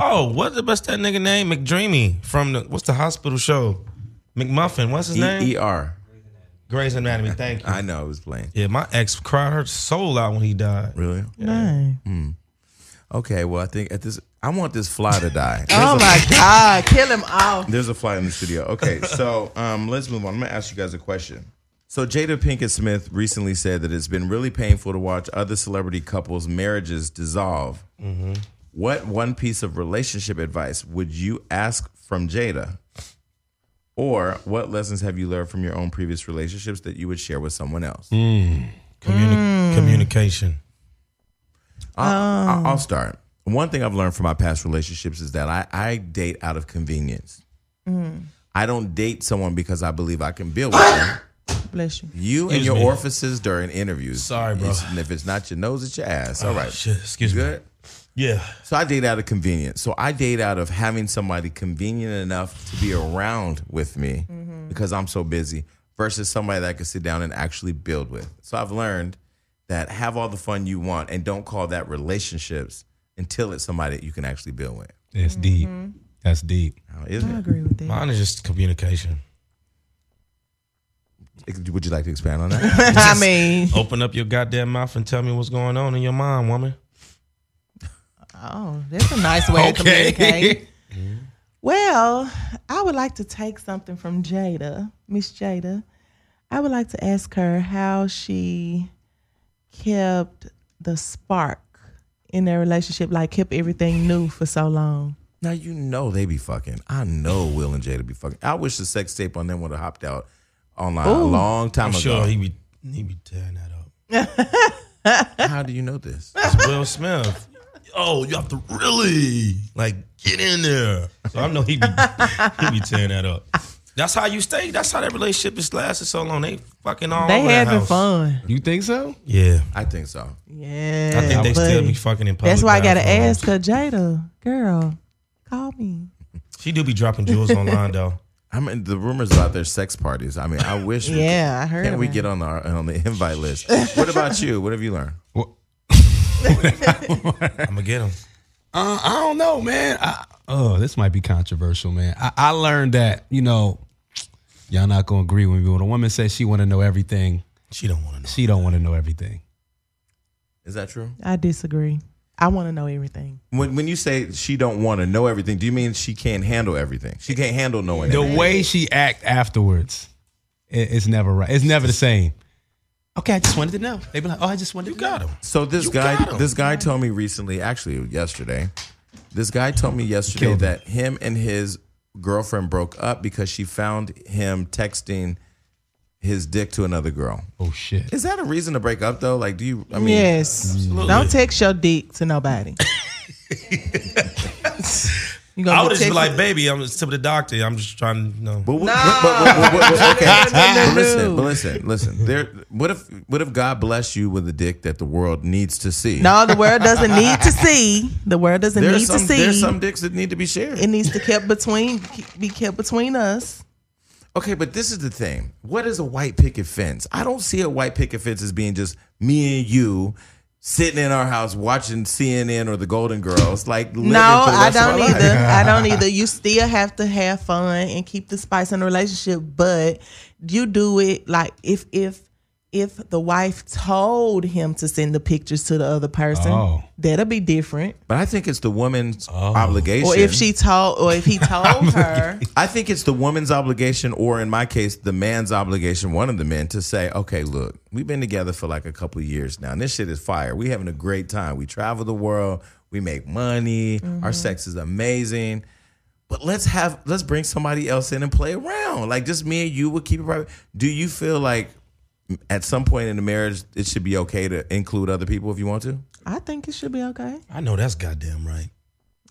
Speaker 3: Oh, what the best that nigga name? McDreamy from the what's the hospital show? McMuffin. What's his name?
Speaker 1: E- ER.
Speaker 3: Grey's Anatomy. Thank you.
Speaker 1: I know I was playing.
Speaker 3: Yeah, my ex cried her soul out when he died.
Speaker 1: Really? Hmm.
Speaker 4: No.
Speaker 1: Okay, well, I think at this, I want this fly to die.
Speaker 4: Oh my God. Kill him off.
Speaker 1: There's a fly in the studio. Okay, so um, let's move on. I'm gonna ask you guys a question. So Jada Pinkett Smith recently said that it's been really painful to watch other celebrity couples' marriages dissolve.
Speaker 4: Mm-hmm.
Speaker 1: What one piece of relationship advice would you ask from Jada? Or what lessons have you learned from your own previous relationships that you would share with someone else?
Speaker 3: Communi- Communication.
Speaker 1: I'll, I'll- I'll start. One thing I've learned from my past relationships is that I, I date out of convenience. I don't date someone because I believe I can build with them.
Speaker 4: Bless you.
Speaker 1: You and your
Speaker 3: Excuse me.
Speaker 1: orifices during interviews.
Speaker 3: Sorry, bro. Oh,
Speaker 1: It's- and if it's not your nose, it's your ass. All right.
Speaker 3: Shit, excuse me.
Speaker 1: Good.
Speaker 3: Yeah.
Speaker 1: So I date out of convenience. So I date out of having somebody convenient enough to be around with me
Speaker 3: Mm-hmm.
Speaker 1: because I'm so busy versus somebody that I can sit down and actually build with. So I've learned that have all the fun you want and don't call that relationships until it's somebody that you can actually build with.
Speaker 5: That's deep.
Speaker 4: Mm-hmm.
Speaker 5: That's deep.
Speaker 1: Now, isn't
Speaker 4: I
Speaker 3: Mm.
Speaker 1: it?
Speaker 4: agree with that.
Speaker 3: Mine is just communication.
Speaker 1: Would you like to expand on that?
Speaker 4: I mean,
Speaker 3: Open up your goddamn mouth and tell me what's going on in your mind, woman.
Speaker 4: oh, that's a nice way to communicate. Well, I would like to take something from Jada, Miss Jada. I would like to ask her how she kept the spark in their relationship, like kept everything new for so long.
Speaker 1: now you know they be fucking. I know Will and Jada be fucking. I wish the sex tape on them would have hopped out online a long time
Speaker 3: I'm
Speaker 1: ago.
Speaker 3: sure he be he be tearing that up.
Speaker 1: How do you know this?
Speaker 3: It's Will Smith. Oh, you have to really like get in there. So I know he be he be tearing that up. That's how you stay. That's how that relationship is lasted so long. They fucking all
Speaker 4: They
Speaker 3: over that
Speaker 4: having
Speaker 3: house.
Speaker 4: fun.
Speaker 5: You think so?
Speaker 3: Yeah,
Speaker 1: I think so.
Speaker 4: Yeah.
Speaker 3: I think they still
Speaker 4: buddy.
Speaker 3: be fucking in public.
Speaker 4: That's why I gotta
Speaker 3: bathrooms.
Speaker 4: ask her, Jada, girl, call me.
Speaker 3: She do be dropping jewels online though.
Speaker 1: I mean, the rumors about their sex parties. I mean, I wish. we
Speaker 4: Yeah, I
Speaker 1: could-
Speaker 4: heard
Speaker 1: Can we
Speaker 4: about
Speaker 1: get on the on the invite list? What about you? What have you learned?
Speaker 3: I'm gonna get them.
Speaker 5: Uh, I don't know, man. I, oh, this might be controversial, man. I, I learned that you know, y'all not gonna agree with me. When a woman says she want to know everything,
Speaker 3: She don't want to know.
Speaker 5: she don't want to know everything.
Speaker 1: Is that true?
Speaker 4: I disagree. I wanna know everything.
Speaker 1: When when you say she don't want to know everything, do you mean she can't handle everything? She can't handle knowing.
Speaker 5: The
Speaker 1: everything.
Speaker 5: way she act afterwards, it, it's never right. It's never the same. Okay, I just wanted to know. They be like, oh, I just wanted to know.
Speaker 3: Got him.
Speaker 1: So this
Speaker 3: got
Speaker 1: guy,
Speaker 3: 'em.
Speaker 1: this guy told me recently, actually yesterday, this guy told me yesterday
Speaker 5: Killed him.
Speaker 1: that him and his girlfriend broke up because she found him texting his dick to another girl.
Speaker 5: Oh shit.
Speaker 1: Is that a reason to break up though? Like, do you? I mean,
Speaker 4: yes. Don't text your dick to nobody.
Speaker 3: I
Speaker 4: you gonna
Speaker 3: would just be
Speaker 4: text-
Speaker 3: like, baby, I'm just to the doctor. I'm just trying to you know.
Speaker 1: But, what, but, but, but, but, but- okay. But listen,
Speaker 4: no.
Speaker 1: but listen, listen. There, what if what if God bless you with a dick that the world needs to see?
Speaker 4: No, the world doesn't need to see. The world doesn't
Speaker 1: there's
Speaker 4: need
Speaker 1: some
Speaker 4: to see.
Speaker 1: there's some dicks that need to be shared.
Speaker 4: it needs to kept between be kept between us.
Speaker 1: Okay, but this is the thing. What is a white picket fence? I don't see a white picket fence as being just me and you sitting in our house watching CNN or The Golden Girls. Like, living
Speaker 4: No,
Speaker 1: for the
Speaker 4: I
Speaker 1: rest of
Speaker 4: don't
Speaker 1: our life.
Speaker 4: either. I don't either. You still have to have fun and keep the spice in the relationship, but you do it like if if if the wife told him to send the pictures to the other person,
Speaker 5: Oh.
Speaker 4: that'll be different.
Speaker 1: But I think it's the woman's obligation.
Speaker 4: Or if she told or if he told her.
Speaker 1: I think it's the woman's obligation, or in my case, the man's obligation, one of the men, to say, okay, look, we've been together for like a couple of years now, and this shit is fire. we having a great time. We travel the world, we make money, our sex is amazing. But let's have let's bring somebody else in and play around. Like just me and you would keep it private. Do you feel like at some point in the marriage it should be okay to include other people if you want to?
Speaker 4: I think it should be okay.
Speaker 3: I know that's goddamn right.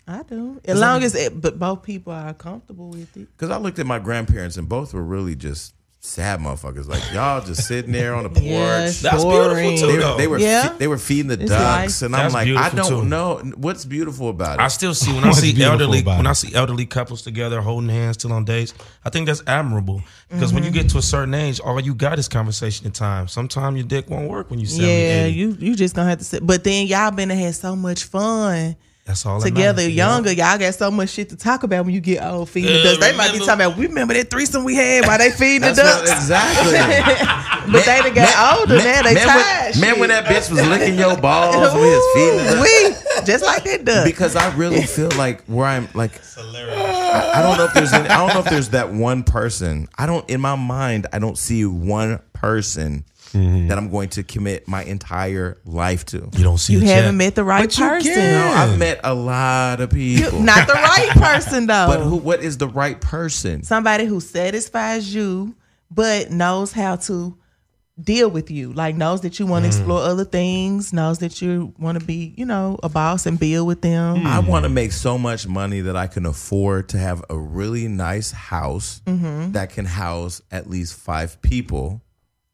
Speaker 4: I do. As long as it, but both people are comfortable with it.
Speaker 1: Because I looked at my grandparents and both were really just sad motherfuckers. Like y'all just sitting there on the porch.
Speaker 4: Yes.
Speaker 3: That's
Speaker 4: Boring.
Speaker 3: beautiful too.
Speaker 1: They,
Speaker 3: though.
Speaker 1: they were fe-
Speaker 4: Yeah.
Speaker 1: they were feeding the
Speaker 4: It's
Speaker 1: ducks,
Speaker 4: nice.
Speaker 1: and I'm
Speaker 3: Oh, That's
Speaker 1: like, I
Speaker 3: beautiful,
Speaker 1: don't
Speaker 3: too.
Speaker 1: know what's beautiful about
Speaker 3: I
Speaker 1: it.
Speaker 3: still see when I
Speaker 5: What's
Speaker 3: see
Speaker 5: beautiful
Speaker 3: elderly
Speaker 5: about
Speaker 3: when
Speaker 5: it?
Speaker 3: I see elderly couples together holding hands still on dates. I think that's admirable because when you
Speaker 4: Mm-hmm.
Speaker 3: get to a certain age, all you got is conversation and time. Sometimes your dick won't work when you seventy.
Speaker 4: Yeah,
Speaker 3: 80.
Speaker 4: you you just gonna have to sit. But then y'all been and had so much fun
Speaker 3: that's all that
Speaker 4: together,
Speaker 3: matters.
Speaker 4: younger. Y'all got so much shit to talk about when you get old feeding the
Speaker 3: Yeah,
Speaker 4: dust. They might be
Speaker 3: remember-
Speaker 4: talking about. Remember that threesome we had while they feeding the
Speaker 1: That's not-
Speaker 4: ducks.
Speaker 1: exactly.
Speaker 4: but they done got older now. They
Speaker 1: man,
Speaker 4: tired.
Speaker 1: when, man, when that bitch was licking your balls
Speaker 4: shit.
Speaker 1: with his feet, in
Speaker 4: Ooh,
Speaker 1: the-
Speaker 4: we just like that duck.
Speaker 1: because I really feel like where I'm like, I, I don't know if there's any, I don't know if there's that one person. I don't in my mind I don't see one person
Speaker 3: Mm-hmm.
Speaker 1: that I'm going to commit my entire life to.
Speaker 3: You don't see
Speaker 4: you
Speaker 3: the chat.
Speaker 4: haven't met the right
Speaker 5: you
Speaker 4: person.
Speaker 5: can.
Speaker 1: No, I've met a lot of
Speaker 4: You-
Speaker 1: people,
Speaker 4: not the right person though.
Speaker 1: but who? What is the right person?
Speaker 4: somebody who satisfies you but knows how to deal with you. Like knows that you
Speaker 1: Mm.
Speaker 4: want to explore other things, knows that you want to be, you know, a boss and build with them.
Speaker 1: I want to make so much money that I can afford to have a really nice house
Speaker 4: Mm-hmm.
Speaker 1: that can house at least five people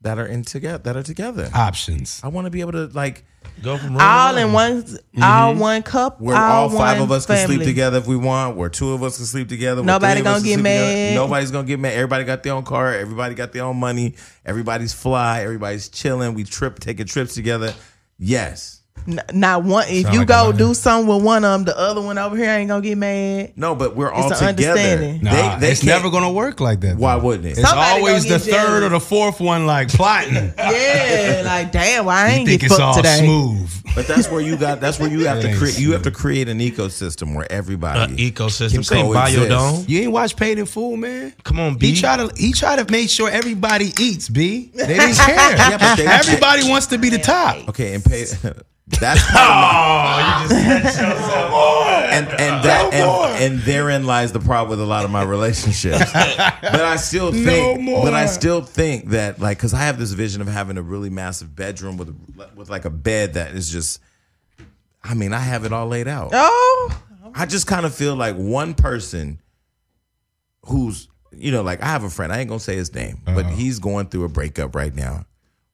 Speaker 1: that are in together that are together. I,
Speaker 5: Options.
Speaker 1: want to be able to like
Speaker 3: Go from room
Speaker 4: All
Speaker 3: to
Speaker 4: in
Speaker 3: room.
Speaker 4: one, all one cup.
Speaker 1: where Mm-hmm. all, five
Speaker 4: one
Speaker 1: of us can
Speaker 4: family.
Speaker 1: sleep together if we want, where two of us can sleep together. where three
Speaker 4: Nobody
Speaker 1: of
Speaker 4: gonna
Speaker 1: us can
Speaker 4: get
Speaker 1: sleep together.
Speaker 4: mad.
Speaker 1: Nobody's gonna get mad. Everybody got their own car. Everybody got their own money. Everybody's fly. Everybody's chilling. We trip, taking trips together. Yes.
Speaker 4: N- Not one. If you
Speaker 3: like a
Speaker 4: go
Speaker 3: lie.
Speaker 4: do something with one of them, the other one over here ain't gonna get mad.
Speaker 1: No, but we're all
Speaker 4: an
Speaker 1: together.
Speaker 4: understanding.
Speaker 5: Nah, it's
Speaker 1: can't-
Speaker 5: never gonna work like that.
Speaker 1: Why
Speaker 5: though.
Speaker 1: wouldn't it?
Speaker 5: It's
Speaker 4: Somebody
Speaker 5: always
Speaker 4: gonna
Speaker 5: the
Speaker 4: get
Speaker 5: third or the fourth one like plotting.
Speaker 4: Yeah, like damn, why I
Speaker 5: you
Speaker 4: ain't
Speaker 5: think
Speaker 4: get
Speaker 5: it's all
Speaker 4: fucked today?
Speaker 5: smooth.
Speaker 1: But that's where you got. That's where you have to
Speaker 5: Thanks.
Speaker 1: create. You have to create an ecosystem where
Speaker 3: Uh,
Speaker 1: everybody.
Speaker 3: ecosystem.
Speaker 1: Can
Speaker 3: Say biodome.
Speaker 1: coexist.
Speaker 5: You ain't watch Paid in Full, man.
Speaker 3: Come on, B.
Speaker 5: He try to he try to make sure everybody eats. B. They didn't care.
Speaker 1: but they-
Speaker 5: everybody wants to be the top. Oh,
Speaker 1: okay, and pay. That's part of my, and and that and, and therein lies the problem with a lot of my relationships. but I still think,
Speaker 5: more.
Speaker 1: but I still think that like because I have this vision of having a really massive bedroom with with like a bed that is just. I mean, I have it all laid out.
Speaker 4: Oh,
Speaker 1: I just kind of feel like one person who's, you know, like I have a friend, I ain't gonna say his name, but he's going through a breakup right now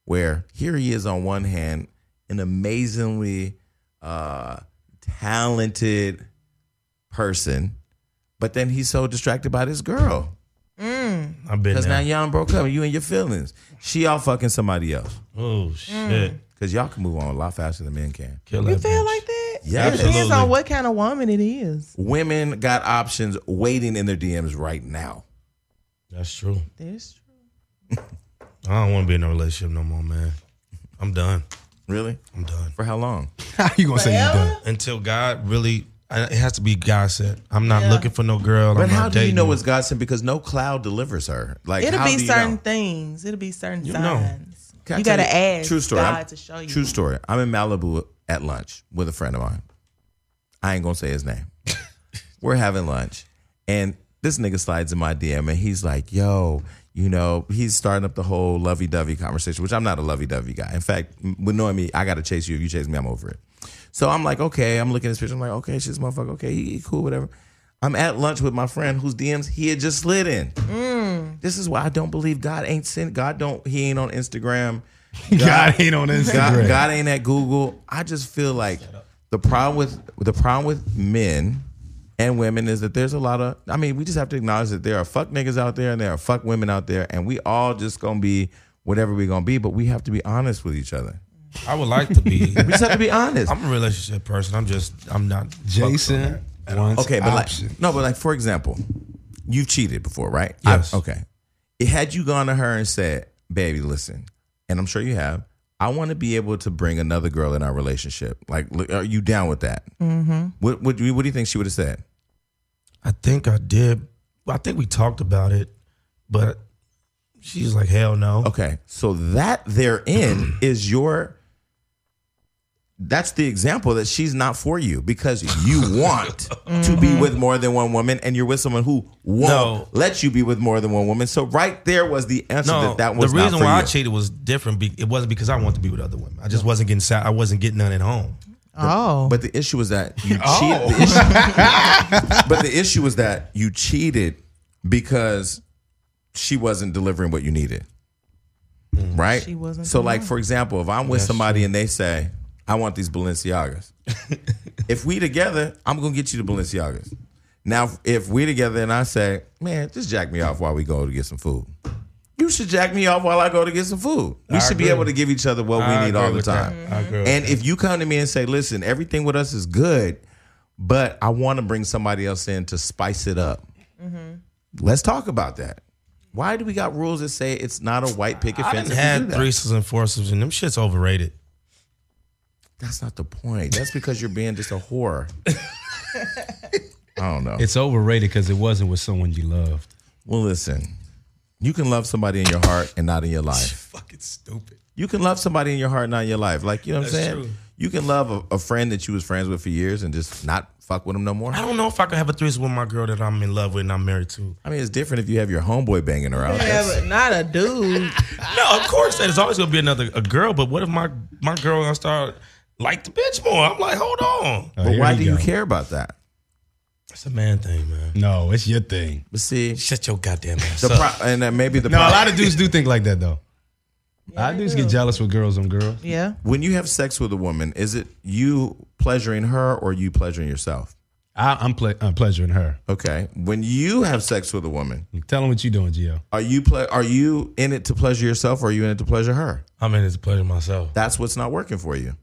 Speaker 1: where here he is on one hand, an amazingly uh talented person, but then he's so distracted by this girl.
Speaker 3: I've been
Speaker 1: Because now
Speaker 3: there.
Speaker 1: y'all done broke up and you and your feelings. She all fucking somebody else.
Speaker 3: Oh shit!
Speaker 1: Cause y'all can move on a lot faster than men can.
Speaker 3: Kill
Speaker 4: Mm. you
Speaker 3: that
Speaker 4: feel
Speaker 3: bitch.
Speaker 4: like that?
Speaker 1: Yeah,
Speaker 4: it depends
Speaker 3: absolutely.
Speaker 4: on what kind of woman it is.
Speaker 1: Women got options waiting in their DMs right now.
Speaker 3: That's true.
Speaker 4: That's true.
Speaker 3: I don't want to be in a relationship no more, man. I'm done.
Speaker 1: Really?
Speaker 3: I'm done.
Speaker 1: For how long?
Speaker 5: How you gonna say you done?
Speaker 3: Until God really, I- it has to be God sent. I'm not looking for no girl.
Speaker 1: But
Speaker 3: I'm
Speaker 1: how
Speaker 3: not
Speaker 1: do you
Speaker 3: dating
Speaker 1: know it's God sent? Because no cloud delivers her. Like
Speaker 4: It'll
Speaker 1: how
Speaker 4: be
Speaker 1: do you
Speaker 4: certain
Speaker 1: know?
Speaker 4: things. It'll be certain
Speaker 3: know.
Speaker 4: signs.
Speaker 1: Can I
Speaker 4: You
Speaker 1: tell
Speaker 4: gotta ask
Speaker 1: True story.
Speaker 4: God
Speaker 1: I'm-
Speaker 4: to show you.
Speaker 1: True story. I'm in Malibu at lunch with a friend of mine. I ain't gonna say his name. We're having lunch, and this nigga slides in my DM, and he's like, "Yo." You know, he's starting up the whole lovey dovey conversation, which I'm not a lovey dovey guy. In fact, m- with knowing me, I gotta chase you. If you chase me, I'm over it. So I'm like, okay, I'm looking at this picture. I'm like, okay, she's motherfucker. Okay, he, he cool, whatever. I'm at lunch with my friend whose DMs he had just slid in. This is why I don't believe God ain't sent. God don't. He ain't on Instagram.
Speaker 5: God ain't on Instagram.
Speaker 1: God, God ain't at Google. I just feel like the problem with the problem with men and women is that there's a lot of. I mean, we just have to acknowledge that there are fuck niggas out there and there are fuck women out there, and we all just gonna be whatever we gonna be. But we have to be honest with each other.
Speaker 3: I would like to be.
Speaker 1: We just have to be honest.
Speaker 3: I'm a relationship person. I'm just. I'm not.
Speaker 5: Jason wants
Speaker 1: okay, but
Speaker 5: options.
Speaker 1: like no, but like for example, you've cheated before, right?
Speaker 3: Yes.
Speaker 1: I- okay. It, had you gone to her and said, "Baby, listen," and I'm sure you have. I want to be able to bring another girl in our relationship. Like, look, are you down with that? Mm-hmm. What, what, do you- what do you think she would have said?
Speaker 3: I think I did. I think we talked about it, but she's like, hell no.
Speaker 1: Okay, so that therein is your. That's the example that she's not for you because you want to be with more than one woman, and you're with someone who won't
Speaker 3: Mm-hmm. No.
Speaker 1: let you be with more than one woman. So right there was the answer
Speaker 3: No,
Speaker 1: that that was
Speaker 3: the reason
Speaker 1: not for
Speaker 3: why
Speaker 1: you.
Speaker 3: I cheated was different. Be, it wasn't because I wanted to be with other women. I just wasn't getting. sa- I wasn't getting none at home.
Speaker 4: Oh,
Speaker 1: But the issue was that you cheated. The issue, but the issue was that you cheated because she wasn't delivering what you needed.
Speaker 3: Mm.
Speaker 1: Right?
Speaker 4: She wasn't
Speaker 1: So, like, for example, if I'm with somebody and they say, I want these Balenciagas. if we together, I'm going to get you the Balenciagas. Now, if- if we together and I say, man, just jack me off while we go to get some food. You should jack me off while I go to get some food. We
Speaker 3: I
Speaker 1: should be
Speaker 3: agree.
Speaker 1: able to give each other what we
Speaker 3: I
Speaker 1: need
Speaker 3: agree
Speaker 1: all the
Speaker 3: with that.
Speaker 1: time.
Speaker 3: I agree with
Speaker 1: And if you come to me and say, listen, everything with us is good, but I want to bring somebody else in to spice it up,
Speaker 3: Mm-hmm.
Speaker 1: let's talk about that. Why do we got rules that say it's not a white picket
Speaker 3: I
Speaker 1: fence? if
Speaker 3: done
Speaker 1: you do
Speaker 3: had
Speaker 1: that?
Speaker 3: threesomes and foursomes, and them shit's overrated.
Speaker 1: That's not the point. That's because you're being just a whore. I don't know.
Speaker 5: It's overrated because it wasn't with someone you loved.
Speaker 1: well, listen, you can love somebody in your heart and not in your life.
Speaker 3: Fucking stupid.
Speaker 1: You can love somebody in your heart, not in your life. Like you know what I'm
Speaker 3: That's
Speaker 1: saying.
Speaker 3: true.
Speaker 1: You can love a, a friend that you was friends with for years and just not fuck with him no more?
Speaker 3: I don't know if I could have a threesome with my girl that I'm in love with and I'm married to.
Speaker 1: I mean, it's different if you have your homeboy banging around.
Speaker 4: Yeah, but not a dude.
Speaker 3: No, of course that is always gonna be another a girl. But what if my my girl gonna start like the bitch more? I'm like, hold on,
Speaker 1: but why do you care about that?
Speaker 3: it's a man thing, man.
Speaker 5: No, it's your thing.
Speaker 1: But see,
Speaker 3: Shut your goddamn ass
Speaker 1: the
Speaker 3: up.
Speaker 1: pro- and uh, maybe the
Speaker 5: No, a
Speaker 1: pro-
Speaker 5: lot of dudes do think like that though. A lot of
Speaker 4: they
Speaker 5: dudes get
Speaker 4: do.
Speaker 5: jealous with girls on girls.
Speaker 4: Yeah.
Speaker 1: when you have sex with a woman, is it you pleasuring her or you pleasuring yourself?
Speaker 5: I, I'm, ple- I'm pleasuring her.
Speaker 1: Okay. When you have sex with a woman,
Speaker 5: Tell them what you doing, Gio.
Speaker 1: are you ple- are you in it to pleasure yourself or are you in it to pleasure her?
Speaker 3: I'm in it to pleasure myself.
Speaker 1: That's what's not working for you.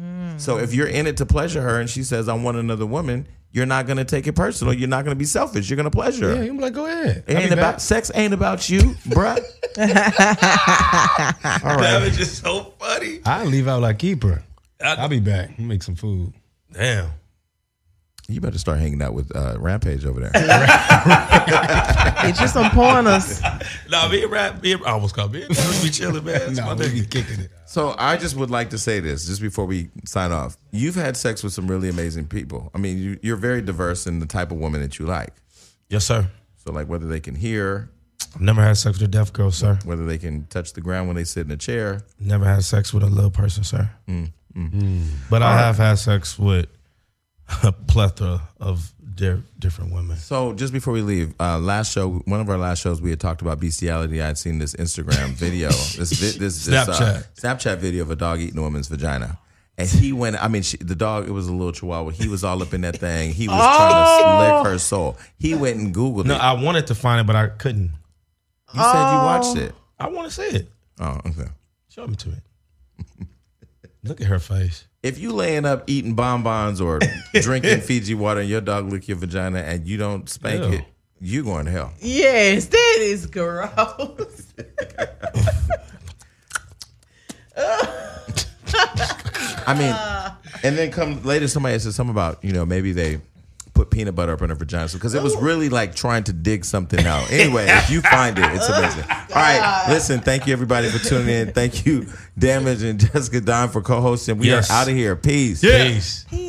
Speaker 5: Mm.
Speaker 1: So if you're in it to pleasure her and she says I want another woman, you're not going to take it personal. You're not going to be selfish. You're going to pleasure
Speaker 5: Yeah,
Speaker 1: her.
Speaker 5: you be like, go ahead.
Speaker 1: It
Speaker 5: I'll
Speaker 1: ain't
Speaker 5: be
Speaker 1: about
Speaker 5: back.
Speaker 1: sex. Ain't about you, bruh. All
Speaker 3: That
Speaker 1: right.
Speaker 3: was just so funny.
Speaker 5: I leave out like keeper.
Speaker 3: I-
Speaker 5: I'll be back. I'll Make some food.
Speaker 3: Damn.
Speaker 1: You better start hanging out with uh, Rampage over there.
Speaker 4: Get you some pointers.
Speaker 3: Nah, me and rap, me and, I almost called me. and Rap be chilling, man. It's my
Speaker 5: Nah, we
Speaker 3: nigga.
Speaker 5: be kicking it.
Speaker 1: so I just would like to say this, just before we sign off. You've had sex with some really amazing people. I mean, you, you're very diverse in the type of woman that you like.
Speaker 3: Yes, sir.
Speaker 1: So like whether they can hear,
Speaker 3: I've never had sex with a deaf girl, sir.
Speaker 1: whether they can touch the ground when they sit in a chair.
Speaker 3: Never had sex with a little person, sir. mm. But I have had sex with a plethora of di- different women.
Speaker 1: So just before we leave, uh, last show, one of our last shows, we had talked about bestiality. I'd seen this Instagram video, this vi- this, this uh, Snapchat video of a dog eating a woman's vagina. And he went. I mean, she, the dog. It was a little Chihuahua. He was all up in that thing. He was trying to lick her soul. He went and Googled
Speaker 3: Oh. No,
Speaker 1: it.
Speaker 3: I wanted to find it, but I couldn't.
Speaker 1: you said you watched it.
Speaker 3: I want to see it.
Speaker 1: Oh, okay.
Speaker 3: Show me to it. Look at her face.
Speaker 1: If you laying up eating bonbons or drinking Fiji water and your dog lick your vagina and you don't spank
Speaker 3: Ew.
Speaker 1: it, you going to hell.
Speaker 4: Yes, that is gross.
Speaker 1: I mean, and then come later, somebody said something about you know maybe they put peanut butter up in her vagina because it was really like trying to dig something out. Anyway, if you find it, it's amazing. All right, listen, thank you everybody for tuning in. Thank you, Damage and Jessica Don for co-hosting. We
Speaker 3: Yes.
Speaker 1: are out of here. Peace.
Speaker 3: Peace.
Speaker 4: Peace.